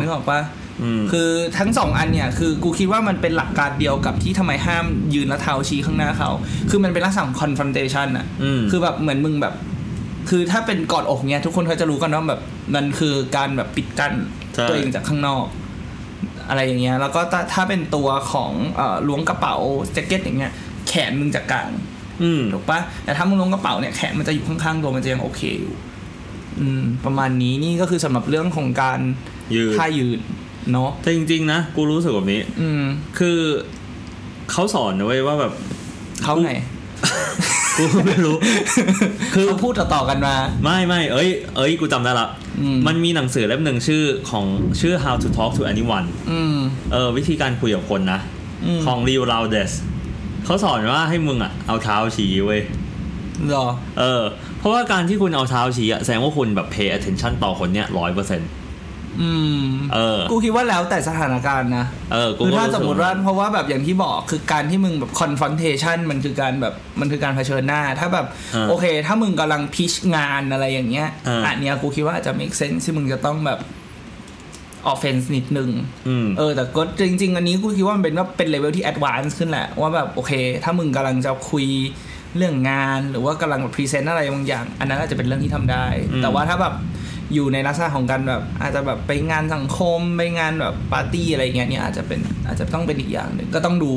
Speaker 1: นึกออกปะ
Speaker 2: อืม
Speaker 1: คือทั้งสองอันเนี่ยคือกูคิดว่ามันเป็นหลักการเดียวกับที่ทำไมห้ามยืนและเท้าชี้ข้างหน้าเขา คือมันเป็นลักษณะของ confrontation อะ
Speaker 2: อืม
Speaker 1: คือแบบเหมือนมึงแบบ คือถ้าเป็นกอดอกเนี่ยทุกคนเขาจะรู้กันว่าแบบมันคือการแบบปิดกั้น
Speaker 2: ใช่
Speaker 1: ตัวเองจากข้างนอก อะไรอย่างเงี้ยแล้วก็ถ้าถ้าเป็นตัวของเอ่อล้วงกระเป๋าแจ็คเก็ตอย่างเงี้ยแขนมึงจะกลาง
Speaker 2: อืม
Speaker 1: ถูกปะแต่ถ้ามึงล้วงกระเป๋าเนี่ยแขนมันจะอยู่ข้างๆตัวมันจะยังโอเคอยู่อืม ประมาณนี้นี่ก็คือสำหรับเรื่องของการ
Speaker 2: ยืน
Speaker 1: ท่ายืนเนาะ
Speaker 2: แต่จริงๆนะ กูรู้สึกแบบนี้
Speaker 1: อืม
Speaker 2: คือเขาสอนนะเว้ยว่าแบบ
Speaker 1: เขาไหน
Speaker 2: กูไม่รู้
Speaker 1: คือ พูดต่อๆกันมา
Speaker 2: ไม่ไม่เอ้ย เอ้ย กูจำได้ละ
Speaker 1: อืม
Speaker 2: มันมีหนังสือเล่มหนึ่งชื่อของชื่อ how to talk to anyone
Speaker 1: อืม
Speaker 2: เออวิธีการคุยกับคนนะ
Speaker 1: อืม
Speaker 2: ของ Leo r a u d e s เขาสอนว่าให้มึงอ่ะ เอาเท้าชี้เว้ย
Speaker 1: หรอ
Speaker 2: เออ เพราะว่าการที่คุณเอาเท้าชี้อะแสดงว่าคุณแบบ pay attention ต่อคนเนี้ยร้อยเปอร์เซ็นต์
Speaker 1: อืม
Speaker 2: เออ
Speaker 1: กูคิดว่าแล้วแต่สถานการณ์นะ
Speaker 2: เออ กู
Speaker 1: คือ
Speaker 2: ก็
Speaker 1: ถ้า
Speaker 2: รู้
Speaker 1: สมมติว่า
Speaker 2: สึก
Speaker 1: เพราะว่าแบบอย่างที่บอกคือการที่มึงแบบคอนฟ o n t a t i o n มันคือการแบบมันคือการเผชิญหน้า ถ้าแบบ
Speaker 2: า
Speaker 1: โอเค ถ้ามึงกำลังพิชงานอะไรอย่างเงี้ย
Speaker 2: อ่า
Speaker 1: อันเนี้ยกูคิดว่าอาจจะ make sense ที่มึงจะต้องแบบ offense นิดนึง
Speaker 2: อืม
Speaker 1: เออแต่ก็จริง ๆ อันนี้กูคิดว่ามันเป็นว่าเป็นเลเวลที่แอดวานซ์ขึ้นแหละ ว่าแบบโอเค ถ้ามึงกำลังจะคุยเรื่องงานหรือว่ากำลังแบบพรีเซนต์อะไรบางอย่าง อันนั้นอาจจะเป็นเรื่องที่ทำได้
Speaker 2: อืม
Speaker 1: แต่ว่าถ้าแบบอยู่ในลักษณะของการแบบอาจจะแบบไปงานสังคมไปงานแบบปาร์ตี้อะไรเงี้ยเนี่ยอาจจะเป็นอาจจะต้องเป็นอีกอย่างหนึ่งก็ต้องดู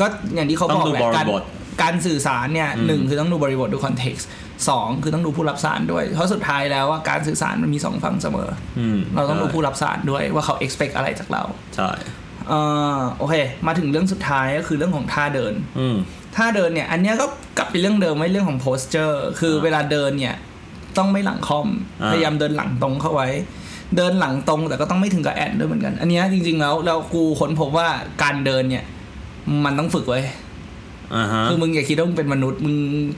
Speaker 1: ก็อย่างที่เขา
Speaker 2: ต้
Speaker 1: บ
Speaker 2: อง
Speaker 1: อก
Speaker 2: ดู
Speaker 1: แหละ
Speaker 2: บ
Speaker 1: กา
Speaker 2: ริ
Speaker 1: ร
Speaker 2: บท
Speaker 1: การสื่อสารเนี่ย
Speaker 2: อืม
Speaker 1: หนึ่งคือต้องดูบริบทดูคอนเท็กซ์สองคือต้องดูผู้รับสารด้วย เพราะสุดท้ายแล้วว่าการสื่อสารมันมีสองฝั่งเสมอ
Speaker 2: อืม
Speaker 1: เราต้องดู
Speaker 2: ใช่
Speaker 1: ผู้รับสารด้วยว่าเขา expect อะไรจากเรา
Speaker 2: ใช่
Speaker 1: เอ่อโอเค มาถึงเรื่องสุดท้ายก็คือเรื่องของท่าเดิน
Speaker 2: อืม
Speaker 1: ท่าเดินเนี่ย อันเนี้ยก็กลับไปเรื่องเดิมไม่เรื่องของ posture คือ
Speaker 2: อ่า
Speaker 1: เวลาเดินเนี่ย ต้องไม่หลังคอม
Speaker 2: อ่า
Speaker 1: พยายามเดินหลังตรงเข้าไว้ เดินหลังตรงแต่ก็ต้องไม่ถึงกับแอนด้วยเหมือนกัน อันเนี้ยจริง ๆ แล้วเรากูค้นพบว่าการเดินเนี่ย มันต้องฝึกไว้
Speaker 2: อ่าฮะ
Speaker 1: คือมึงอย่าคิดว่ามึงเป็นมนุษย์มึง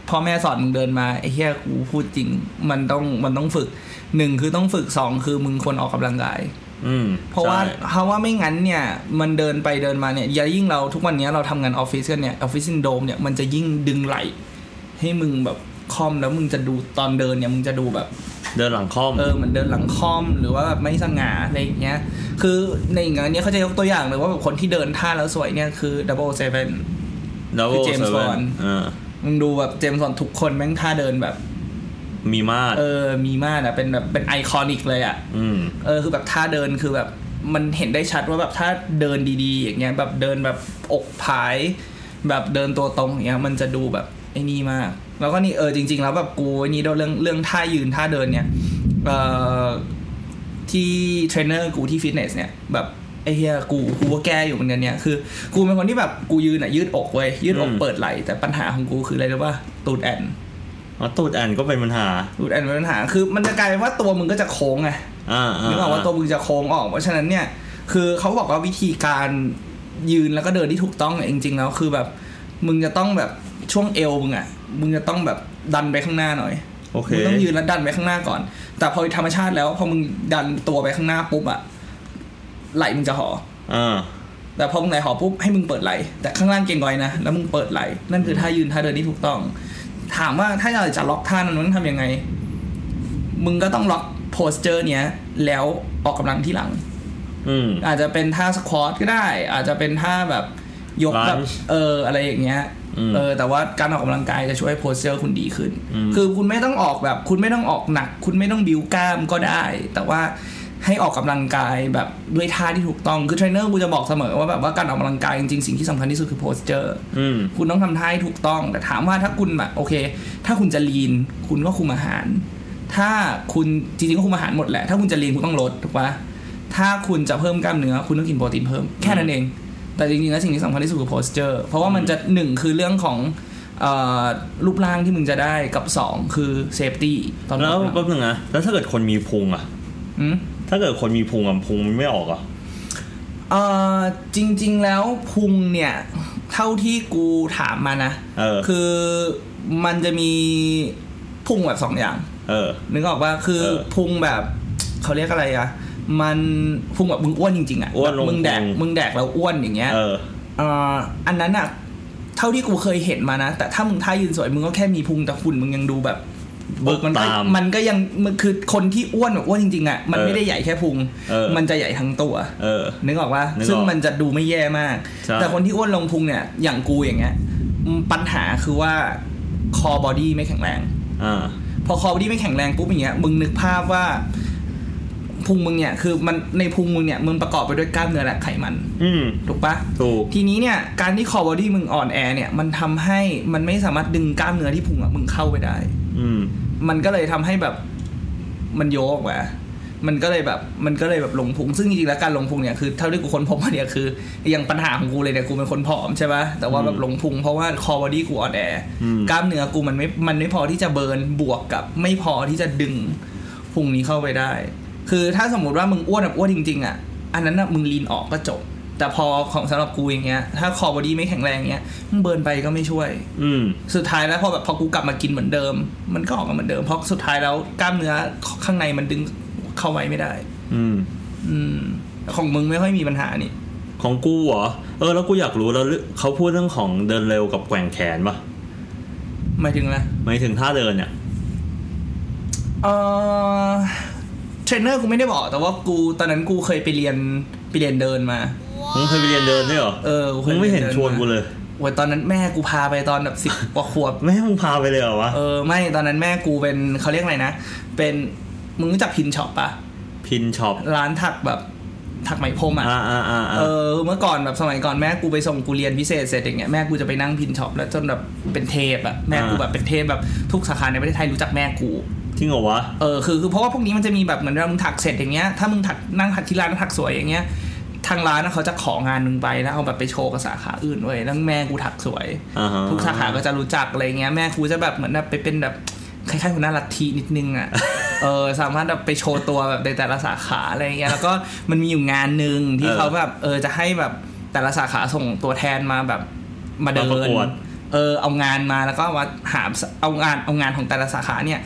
Speaker 1: พ่อแม่สอนมึงเดินมาไอ้เหี้ยกูพูดจริง มันต้องมันต้องฝึกหนึ่งคือต้องฝึกสองคือมึงควรออกกำลังกาย
Speaker 2: อืม
Speaker 1: เพราะว่า
Speaker 2: ใช่
Speaker 1: เพราะว่าไม่งั้นเนี่ยมันเดินไปเดินมาเนี่ยอย่ายิ่งเราทุกวันเนี้ยเราทำงานออฟฟิศกันเนี่ยออฟฟิศซินโดมเนี่ยมันจะยิ่งดึงไหล ให้มึงแบบคอมแล้วมึงจะดูตอนเดินเนี่ยมึงจะดูแบบ
Speaker 2: เดินหลังค่อม
Speaker 1: เออเหมือนเดินหลังคอมหรือว่าแบบไม่สง่าอะไรอย่างเงี้ย คือในอย่างเงี้ยเขาจะยกตัวอย่างเลยว่าแบบคนที่เดินท่าแล้วสวยเนี่ยคือดับเบิลเซเว่น
Speaker 2: Double
Speaker 1: คือ James
Speaker 2: Seven
Speaker 1: Bond
Speaker 2: เออ
Speaker 1: มึงดูแบบเจมส์บอนด์ทุกคนแม่งท่าเดินแบบ
Speaker 2: มีมาด
Speaker 1: เออมีมากอะเป็นแบบเป็นไอคอนิกเลยอะ
Speaker 2: อืม
Speaker 1: เออคือแบบท่าเดินคือแบบมันเห็นได้ชัดว่าแบบถ้าเดินดีๆ อย่างเงี้ยแบบเดินแบบอกผาย แบบเดินตัวตรงอย่างเงี้ยมันจะดูแบบไอ้นี่มาก แล้วก็นี่เออจริง ๆ แล้วแบบกูไอ้นี่ด้วยเรื่องเรื่องท่ายืนท่าเดินเนี่ยเอ่อที่เทรนเนอร์กูที่ฟิตเนสเนี่ยแบบไอ้เฮียกูกูก็แก้อยู่เหมือนกันเนี่ยคือกูเป็นคนที่แบบกูยืนอ่ะยืดอกเว้ยยืดอก
Speaker 2: อืม
Speaker 1: เปิดไหล่แต่ปัญหาของกูคืออะไรรู้ป่ะตูดแอน
Speaker 2: อ๋อตูดแอนก็เป็นปัญหา
Speaker 1: ตูดแอนเป็นปัญหาคือมันจะกลายเป็นว่าตัวมึงก็จะโค้งไง
Speaker 2: อ่าา
Speaker 1: นึกออกว่าตัวมึงจะโค้งออก เพราะฉะนั้นเนี่ย คือเขาบอกว่าวิธีการยืนแล้วก็เดินที่ถูกต้องเนี่ยจริงๆแล้วคือแบบ มึงจะต้องแบบช่วงเอวมึงอ่ะ มึงจะต้องแบบดันไปข้างหน้าหน่อย
Speaker 2: โอเค
Speaker 1: มึงต้องยืนแล้วดันไปข้างหน้าก่อน แต่พอธรรมชาติแล้วพอมึงดันตัวไปข้างหน้าปุ๊บอ่ะ ไหล่มึงจะห่อ
Speaker 2: อ่า
Speaker 1: แต่พอมึงไหลหอปุ๊บให้มึงเปิดไหล แต่ข้างล่างเก่งไว้นะ แล้วมึงเปิดไหล นั่นคือท่ายืนท่าเดินที่ถูกต้อง ถามว่าถ้าเราจะล็อกท่านั้นมึงทำยังไง มึงก็ต้องล็อกโพสเจอร์เนี้ย แล้วออกกำลังที่หลัง
Speaker 2: อืม
Speaker 1: อาจจะเป็นท่าสควอตก็ได้ อาจจะเป็นท่าแบบยกแบบ
Speaker 2: Lunge
Speaker 1: เอออะไรอย่างเงี้ย
Speaker 2: อืม
Speaker 1: เออแต่ว่าการออกกำลังกายจะช่วยโพสเจอร์คุณดีขึ้น
Speaker 2: อืม
Speaker 1: คือคุณไม่ต้องออกแบบ คุณไม่ต้องออกหนัก คุณไม่ต้องบิวกล้ามก็ได้ แต่ว่าให้ออกกำลังกายแบบด้วยท่าที่ถูกต้องคือเทรนเนอร์กูจะบอกเสมอว่าแบบว่าการออกกำลังกายจริงๆสิ่งที่สำคัญที่สุดคือโพสเจอร์
Speaker 2: อืม
Speaker 1: คุณต้องทำท่าให้ถูกต้อง แต่ถามว่าถ้าคุณแบบโอเค ถ้าคุณจะลีน คุณก็คุมอาหาร ถ้าคุณจริงๆก็คุมอาหารหมดแหละ ถ้าคุณจะลีนคุณต้องลดถูกปะถ้าคุณจะเพิ่มกล้ามเนื้อคุณต้องกินโปรตีนเพิ่มแค่นั้นเอง แต่จริงๆแล้วสิ่งที่สำคัญที่สุดคือ posture เพราะว่ามันจะหนึ่งคือเรื่องของเอ่อรูปร่างที่มึงจะได้กับสองคือ safety ตอนอ
Speaker 2: แล้
Speaker 1: อ
Speaker 2: ว
Speaker 1: กกำง
Speaker 2: แป๊บนึงนะแล้วถ้าเกิดคนมีพุงอ่ะ
Speaker 1: อืม
Speaker 2: ถ้าเกิดคนมีพุงอ่ะพุงมันไม่ออกอ่ะ
Speaker 1: เออจริง ๆ แล้วพุงเนี่ย เท่าที่กูถามมานะ
Speaker 2: เออ
Speaker 1: คือมันจะมีพุงแบบสองอย่าง
Speaker 2: เออ
Speaker 1: นึกออกว่าคือ
Speaker 2: เออ
Speaker 1: พุงแบบ เขาเรียกอะไรอะมันพุงแบบมึงอ้วนจริง ๆอะ
Speaker 2: อ้วนลง
Speaker 1: มึงแดก
Speaker 2: พุง
Speaker 1: มึงแดกแล้วอ้วนอย่างเงี้ย
Speaker 2: เออ
Speaker 1: เอ่ออันนั้นอะเท่าที่กูเคยเห็นมานะ แต่ถ้ามึงท่ายืนสวยมึงก็แค่มีพุงแต่หุ่นมึงยังดูแบบ
Speaker 2: เบิก
Speaker 1: มันก็
Speaker 2: ตาม
Speaker 1: มันก็ยังมันคือคนที่อ้วนแบบอ้วนจริงๆอะมัน
Speaker 2: เออ
Speaker 1: ไม่ได้ใหญ่แค่พุง
Speaker 2: เออ
Speaker 1: มันจะใหญ่ทั้งตัว
Speaker 2: เออ
Speaker 1: นึกออกว่า
Speaker 2: นึกออก
Speaker 1: ซึ่งมันจะดูไม่แย่มาก
Speaker 2: ใช่
Speaker 1: แต่คนที่อ้วนลงพุงเนี่ย อย่างกูอย่างเงี้ยอืมปัญหาคือว่าคอบอดี้ไม่แข็งแรง
Speaker 2: อ่า
Speaker 1: พอคอบอดี้ไม่แข็งแรงปุ๊บอย่างเงี้ย มึงนึกภาพว่าพุงมึงเนี่ย คือมันในพุงมึงเนี่ย มึงประกอบไปด้วยกล้ามเนื้อและไขมัน
Speaker 2: อืม
Speaker 1: ถูกปะ
Speaker 2: ถูก
Speaker 1: ทีนี้เนี่ย การที่คอบอดี้มึงอ่อนแอเนี่ย มันทำให้มันไม่สามารถดึงกล้ามเนื้อที่พุงอะมึงเข้าไปได้
Speaker 2: อืม
Speaker 1: มันก็เลยทำให้แบบมันโยกออกมามันก็เลยแบบ มันก็เลยแบบลงพุง ซึ่งจริงๆแล้วการลงพุงเนี่ยคือเท่าที่กูค้นพบมาเนี่ยคืออย่างปัญหาของกูเลยเนี่ยกูเป็นคนผอมใช่ปะแต่ว่าแบบลงพุงเพราะว่าคอบอดี้กูอ่อนแอ
Speaker 2: อืม
Speaker 1: กล้ามเนื้อกูมันไม่ มันไม่พอที่จะเบิร์นบวกกับไม่พอที่จะดึงพุงนี้เข้าไปได้ คือถ้าสมมติว่ามึงอ้วนแบบอ้วนจริง ๆ อ่ะ อันนั้นน่ะมึงลีนออกก็จบ แต่พอของสำหรับกูอย่างเงี้ย ถ้าคอบอดี้ไม่แข็งแรงเงี้ยมึงเบิร์นไปก็ไม่ช่วย
Speaker 2: อืม
Speaker 1: สุดท้ายแล้วพอแบบพอกูกลับมากินเหมือนเดิม มันก็ออกมาเหมือนเดิมเพราะสุดท้ายแล้วกล้ามเนื้อข้างในมันดึงเข้าไว้ไม่ได้
Speaker 2: อืม
Speaker 1: อืม ของมึงไม่ค่อยมีปัญหานี่
Speaker 2: ของกูเหรอ เออ แล้วกูอยากรู้แล้วเรื่องเขาพูดเรื่องของเดินเร็วกับแกว่งแขนปะ
Speaker 1: หมายถึงอะไร
Speaker 2: หมายถึงท่าเดินเนี่ย
Speaker 1: เออเทรนเนอร์กูไม่ได้บอก แต่ว่ากูตอนนั้นกูเคยไปเรียนไปเรียนเดินมา
Speaker 2: มึงเคยไปเรียนเดินด้วยเหรอ
Speaker 1: เออ
Speaker 2: มึงไม่เห็นชวนกู
Speaker 1: ย
Speaker 2: เลย
Speaker 1: โอ้ยตอนนั้นแม่กูพาไปตอนแบบสิบ กว่าขวบ
Speaker 2: แม่มึงพาไปเลยเหรอวะ
Speaker 1: เออไม่ตอนนั้นแม่กูเป็นเขาเรียกอะไรนะ เป็นมึงรู้จักพินช็อปปะ
Speaker 2: พินช็อป
Speaker 1: ร้านถักแบบถักไหมพรมอ่ะ
Speaker 2: อ่าอ่าอ่า
Speaker 1: เออเมื่อก่อนแบบสมัยก่อนแม่กูไปส่งกูเรียนพิเศษเสร็จอย่างเงี้ยแม่กูจะไปนั่งพินช็อปแล้วจนแบบเป็นเทปอะแม่กูแบบเป็นเทปแบบทุกสาขาในประเทศไทยรู้จักแม่กู
Speaker 2: จริงเหรอวะ
Speaker 1: เออคือคือเพราะว่าพวกนี้มันจะมีแบบเหมือนเรามึงถักเสร็จอย่างเงี้ยถ้ามึงถักนั่งถักที่ร้านแล้วถักสวยอย่างเงี้ยทางร้านนะเขาจะของานมึงไปแล้วเอาแบบไปโชว์กับสาขาอื่นเว้ยแล้วแม่กูถักสวย
Speaker 2: อ่าฮะ
Speaker 1: ทุกสาขาก็จะรู้จักอะไรเงี้ยแม่กูจะแบบเหมือนแบบไปเป็นแบบคล้ายๆหัวหน้าลัทธินิดนึง อ่ะ เออสามารถแบบไปโชว์ตัวแบบในแต่ละสาขาอะไรเงี้ยแล้วก็มันมีอยู่งานหนึ่งที่
Speaker 2: เออ
Speaker 1: เขาแบบเออจะให้แบบแต่ละสาขาส่งตัวแทนมาแบบมาเดิ
Speaker 2: มาประ
Speaker 1: น
Speaker 2: กวด
Speaker 1: เออเอางานมาแล้วก็มาหาเอางานเอางานของแต่ละสาขาเนี่ย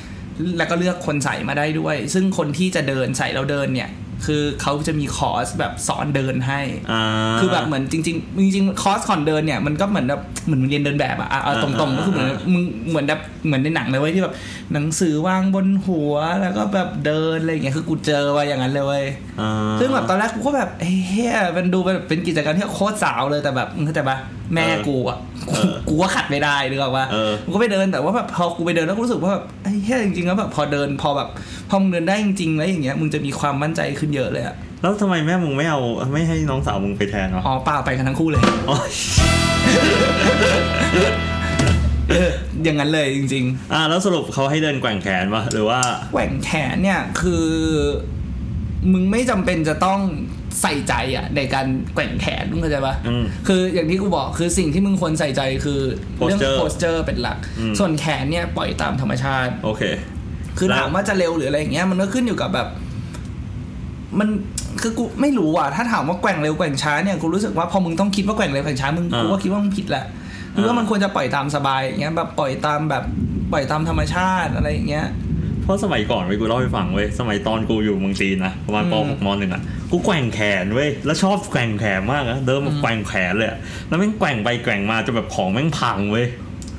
Speaker 1: แล้วก็เลือกคนใส่มาได้ด้วย ซึ่งคนที่จะเดินใส่เราเดินเนี่ย คือเขาจะมีคอร์สแบบสอนเดินให้
Speaker 2: อ่า
Speaker 1: คือแบบเหมือนจริงๆจริงๆคอร์สก่อนเดินเนี่ยมันก็เหมือนแบบเหมือนมึงเรียนเดินแบบอะอะเอาตรงๆก็คือเหมือน
Speaker 2: อ่า
Speaker 1: มึงเหมือนแบบเหมือนในหนังเลยเว้ยที่แบบหนังสือวางบนหัวแล้วก็แบบเดินอะไรอย่างเงี้ยคือกูเจอว่าอย่างนั้นเลยเว้ย
Speaker 2: อ่า
Speaker 1: ซึ่งแบบตอนแรกกูก็แบบเฮ้ยมันดูแบบเป็นกิจกรรมที่โคตรสาวเลยแต่แบบมึงเข้าใจปะแม่กูอะกูกูก็ขัดไม่ได้นึกออกปะ
Speaker 2: เออ
Speaker 1: กูก็ไปเดินแต่ว่าแบบพอกูไปเดินแล้วกูรู้สึกว่าแบบไอ้เหี้ยจริงๆแล้วแบบพอเดินพอแบบพอมึงเดินได้จริงๆแล้วอย่างเงี้ยมึงจะมีความมั่นใจขึ้นเยอะเลยอะ
Speaker 2: แล้วทำไมแม่มึงไม่เอาไม่ให้น้องสาวมึงไปแทนวะ
Speaker 1: อ๋อเปล่าไปกันทั้งคู่เลย
Speaker 2: อ๋อ
Speaker 1: เออ อย่างนั้นเลยจริง
Speaker 2: อ่า แล้วสรุปเขาให้เดินแกว่งแขนปะหรือว่า
Speaker 1: ๆแหว่งแขนเนี่ยคือ มึงไม่จำเป็นจะต้องใส่ใจอะในการแกว่งแขนมึงเข้าใจปะ
Speaker 2: อืม
Speaker 1: คืออย่างที่กูบอกคือสิ่งที่มึงควรใส่ใจคือเรื่อง
Speaker 2: Posture
Speaker 1: โพสเจอร์เป็นหลัก
Speaker 2: อืม
Speaker 1: ส่วนแขนเนี่ยปล่อยตามธรรมชาติ
Speaker 2: โอเค
Speaker 1: คือ
Speaker 2: แล้ว
Speaker 1: ถามว่าจะเร็วหรืออะไรอย่างเงี้ยมันก็ขึ้นอยู่กับแบบ มันคือกูไม่รู้อ่ะถ้าถามว่าแกว่งเร็วแกว่งช้าเนี่ยกูรู้สึกว่าพอมึงต้องคิดว่าแกว่งเร็วแกว่งช้ามึง
Speaker 2: อ่ากู
Speaker 1: กูว่าคิดว่ามึงผิดแหละคือว่ามันควรจะปล่อยตามสบายอย่างเงี้ยแบบปล่อยตามแบบปล่อยตามธรรมชาติอะไรอย่างเงี้ย
Speaker 2: เพราะสมัยก่อนเว้ยกูเล่าให้ฟังเว้ยสมัยตอนกูอยู่เมืองจีนนะประมาณป
Speaker 1: อืม
Speaker 2: หกมหนึ่งอ่ะกูแกว่งแขนเว้ยแล้วชอบแกว่งแขนมากนะเดินมาแกว่งแขนเลยอะแล้วแม่งแกว่งไปแกว่งมาจนแบบของแม่งพังเว้ย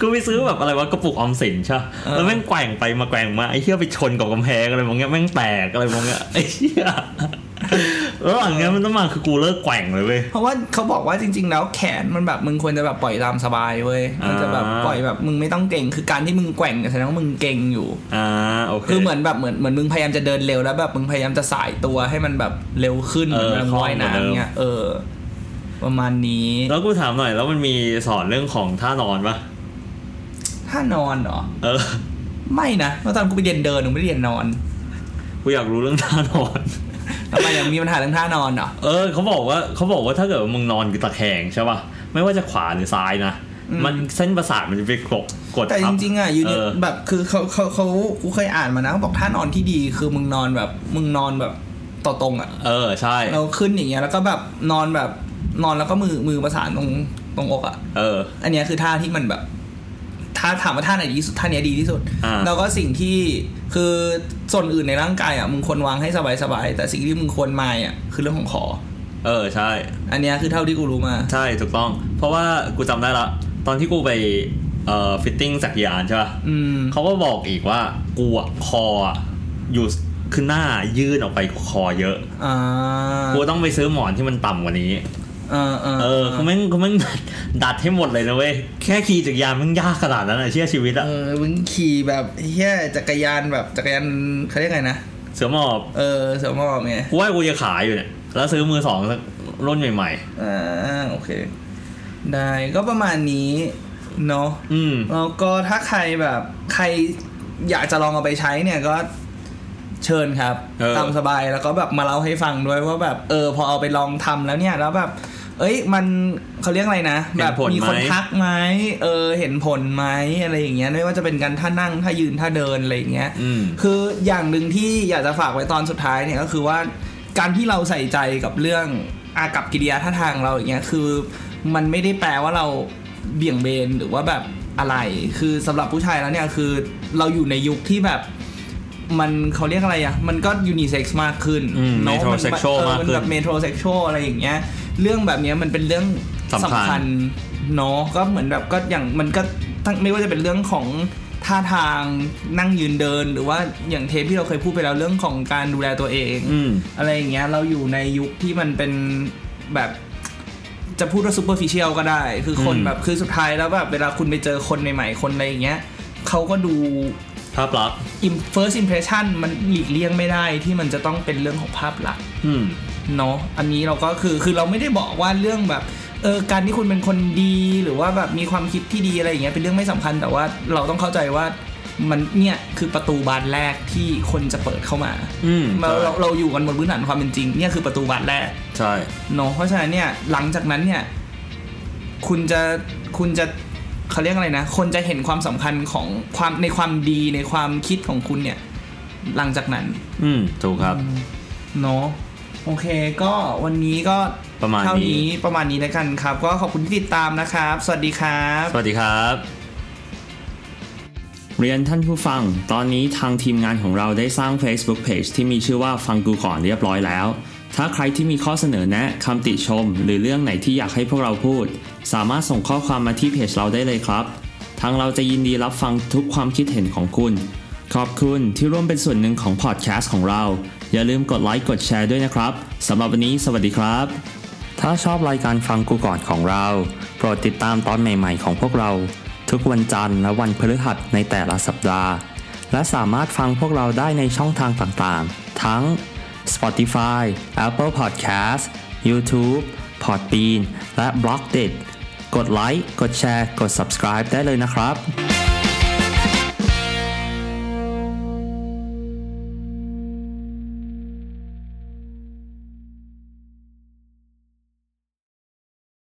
Speaker 2: กูไปซื้อแบบอะไรวะกระปุกออมสินใช่ปะแล้วแม่งแกว่งไปมาแกว่งมาไอ้เหี้ยไปชนกับกำแพงอะไรมองเงี้ยแม่งแตกอะไรมองเงี้ย ไอ้เหี้ยแล้วหลังเงี้ยมันต้องมาคือกูเลิกแกว่งเลยเว้ย
Speaker 1: เพราะว่าเขาบอกว่าจริง ๆ แล้วแขนมันแบบมึงควรจะแบบปล่อยตามสบายเว้ยมันจะแบบ
Speaker 2: อ่า
Speaker 1: ปล่อยแบบมึงไม่ต้องเก่ง คือการที่มึงแกว่งเนี่ยแสดงว่ามึงเก่งอยู่
Speaker 2: อ่าโอเค
Speaker 1: คือเหมือนแบบเหมือนเหมือนมึงพยายามจะเดินเร็วแล้วแบบมึงพยายามจะสายตัวให้มันแบบเร็วขึ้น
Speaker 2: เออ
Speaker 1: เหมือน
Speaker 2: คล่อง
Speaker 1: ว่าย
Speaker 2: กว่าเดิม
Speaker 1: น้ำเงี้ยเออ ประมาณนี้
Speaker 2: แล้วกูถามหน่อยแล้วมันมีสอนเรื่องของท่านอนปะ
Speaker 1: ถ้านอนเหรอ
Speaker 2: เออ
Speaker 1: ไม่นะเมื่อตอนกูไปเรียนเดินหนูไม่ได้เรียนนอน
Speaker 2: กูอยากรู้เรื่องท่านอน
Speaker 1: ทำไมยังมีปัญหาเรื่องท่านอนเหรอ
Speaker 2: เออเขาบอกว่าเขาบอกว่าถ้าเกิดว่ามึงนอนตะแคงใช่ป่ะไม่ว่าจะขวาหรือซ้ายนะ
Speaker 1: อืม
Speaker 2: มันเส้นประสาทมันจะไปกดกด
Speaker 1: แต่จ
Speaker 2: ทับ
Speaker 1: ริงๆอ่ะยูนิ
Speaker 2: เออ
Speaker 1: แบบคือเขาเขาเขากูเคยอ่านมานะเขาบอกท่านอนที่ดีคือมึงนอนแบบ มึงนอนแบบต่อตรงอ่ะ
Speaker 2: เออใช่
Speaker 1: เราขึ้นอย่างเงี้ยแล้วก็แบบนอนแบบนอนแล้วก็มือมือประสานตรงตรงอกอ่ะ
Speaker 2: เออ
Speaker 1: อันเนี้ยคือท่าที่มันแบบท่าถามว่าท่าไหนดีที่สุดท่าเนี้ยดีที่สุด
Speaker 2: อ่า
Speaker 1: แล้วก็สิ่งที่คือส่วนอื่นในร่างกายอ่ะมึงควรวางให้สบายๆแต่สิ่งที่มึงควรมายอ่ะคือเรื่องของคอ
Speaker 2: เออใช่
Speaker 1: อันเนี้ยคือเท่าที่กูรู้มา
Speaker 2: ใช่ถูกต้อง เพราะว่ากูจำได้ละ ตอนที่กูไปเอ่อฟิตติ้งจักรยานใช่ป่ะ
Speaker 1: อืม
Speaker 2: เขาก็บอกอีกว่ากูอะคออะอยู่คือหน้ายื่นออกไปคอเยอะ
Speaker 1: อ่า
Speaker 2: กูต้องไปซื้อหมอนที่มันต่ำกว่านี้
Speaker 1: เออเออ
Speaker 2: เออเขาแม่งเขาแม่งดัดดัดให้หมดเลยนะเว้ยแค่ขี่จักรยานแมันยากขนาดนั้นอะเชื่อชีวิต
Speaker 1: เอ
Speaker 2: อะ
Speaker 1: อมึงขี่แบบเฮียจักรยานแบบจักรยานเขาเรียกไงนะ
Speaker 2: เสือหมอบ
Speaker 1: เออเสือหมอบไง
Speaker 2: กูว่ากูจะขายอยู่เนี่ย แล้วซื้อมือสองสักรุ่นใหม่
Speaker 1: อ่าโอเค ได้ก็ประมาณนี้เนาะ
Speaker 2: ๆ อืม
Speaker 1: แล้วก็ถ้าใครแบบใครอยากจะลองเอาไปใช้เนี่ยก็เชิญครับ
Speaker 2: เออ
Speaker 1: ตามสบายแล้วก็แบบมาเล่าให้ฟังด้วยว่าแบบเออพอเอาไปลองทำแล้วเนี่ยแล้วแบบ เอ้ยมันเขาเรียกอะไรนะ แบบมีคนทักไหมเออเห็นผลไหมอะไรอย่างเงี้ยไม่ว่าจะเป็นการท่านั่งท่ายืนท่าเดินอะไรอย่างเงี้ย
Speaker 2: อืม
Speaker 1: คืออย่างหนึ่งที่อยากจะฝากไว้ตอนสุดท้ายเนี่ยก็คือว่าการที่เราใส่ใจกับเรื่องอากับกิริยาท่าทางเราอย่างเงี้ยคือมันไม่ได้แปลว่าเราเบี่ยงเบนหรือว่าแบบอะไร คือสำหรับผู้ชายแล้วเนี่ยคือเราอยู่ในยุคที่แบบ มันเขาเรียกอะไรอ่ะ มันก็ยูนิเซ็กซ์มากขึ้น
Speaker 2: อืม
Speaker 1: เนาะ
Speaker 2: metrosexual
Speaker 1: เออ
Speaker 2: มากขึ้น
Speaker 1: แบบเมโทรเซ็กชวลอะไรอย่างเงี้ย เรื่องแบบเนี้ยมันเป็นเรื่อง
Speaker 2: สำคัญ
Speaker 1: เนาะก็เหมือนแบบก็อย่างมันก็ทั้งไม่ว่าจะเป็นเรื่องของท่าทางนั่งยืนเดิน หรือว่าอย่างเทปที่เราเคยพูดไปแล้วเรื่องของการดูแลตัวเอง
Speaker 2: อืม
Speaker 1: อะไรอย่างเงี้ยเราอยู่ในยุคที่มันเป็นแบบจะพูดว่า superficial ก็ได้ คือคน
Speaker 2: อืม
Speaker 1: แบบคือสุดท้ายแล้วแบบเวลาคุณไปเจอคนใหม่ๆ คนอะไรอย่างเงี้ยเขาก็ดู
Speaker 2: ภาพลักษณ์
Speaker 1: im- first impression มันหลีกเลี่ยงไม่ได้ที่มันจะต้องเป็นเรื่องของภาพลักษณ์
Speaker 2: อืม
Speaker 1: เนาะอันนี้เราก็คือคือเราไม่ได้บอกว่าเรื่องแบบเออการที่คุณเป็นคนดีหรือว่าแบบมีความคิดที่ดีอะไรอย่างเงี้ยเป็นเรื่องไม่สำคัญแต่ว่าเราต้องเข้าใจว่ามันเนี่ยคือประตูบานแรกที่คนจะเปิดเข้ามา
Speaker 2: อืม
Speaker 1: เรา
Speaker 2: ใช่
Speaker 1: เราเราอยู่กันบนพื้นฐานความเป็นจริงเนี่ยคือประตูบานแรก
Speaker 2: ใช่
Speaker 1: เนาะเพราะฉะนั้นเนี่ยหลังจากนั้นเนี่ยคุณจะคุณจะเขาเรียกอะไรนะ คนจะเห็นความสำคัญของความในความดีในความคิดของคุณเนี่ย หลังจากนั้น
Speaker 2: อืมถูกครับ
Speaker 1: เนาะโอเคก็วันนี้ก็
Speaker 2: ประมาณ
Speaker 1: เท่า
Speaker 2: นี้
Speaker 1: นี้ประมาณนี้แล้วกันครับ ก็ขอบคุณที่ติดตามนะครับ สวัสดีครับ
Speaker 2: สวัสดีครับ เรียนท่านผู้ฟัง ตอนนี้ทางทีมงานของเราได้สร้าง Facebook Page ที่มีชื่อว่าฟังกูก่อนเรียบร้อยแล้ว ถ้าใครที่มีข้อเสนอแนะคำติชม หรือเรื่องไหนที่อยากให้พวกเราพูด สามารถส่งข้อความมาที่เพจเราได้เลยครับ ทางเราจะยินดีรับฟังทุกความคิดเห็นของคุณ ขอบคุณที่ร่วมเป็นส่วนหนึ่งของพอดแคสต์ของเรา อย่าลืมกดไลค์กดแชร์ด้วยนะครับสำหรับวันนี้สวัสดีครับ ถ้าชอบรายการฟังกูก่อนของเรา โปรดติดตามตอนใหม่ๆของพวกเรา ทุกวันจันทร์และวันพฤหัสในแต่ละสัปดาห์ และสามารถฟังพวกเราได้ในช่องทางต่างๆ ทั้ง Spotify, Apple Podcast, YouTube, Podbean และ b l o c k d i t กดไลค์ กดแชร์ กด subscribe ได้เลยนะครับ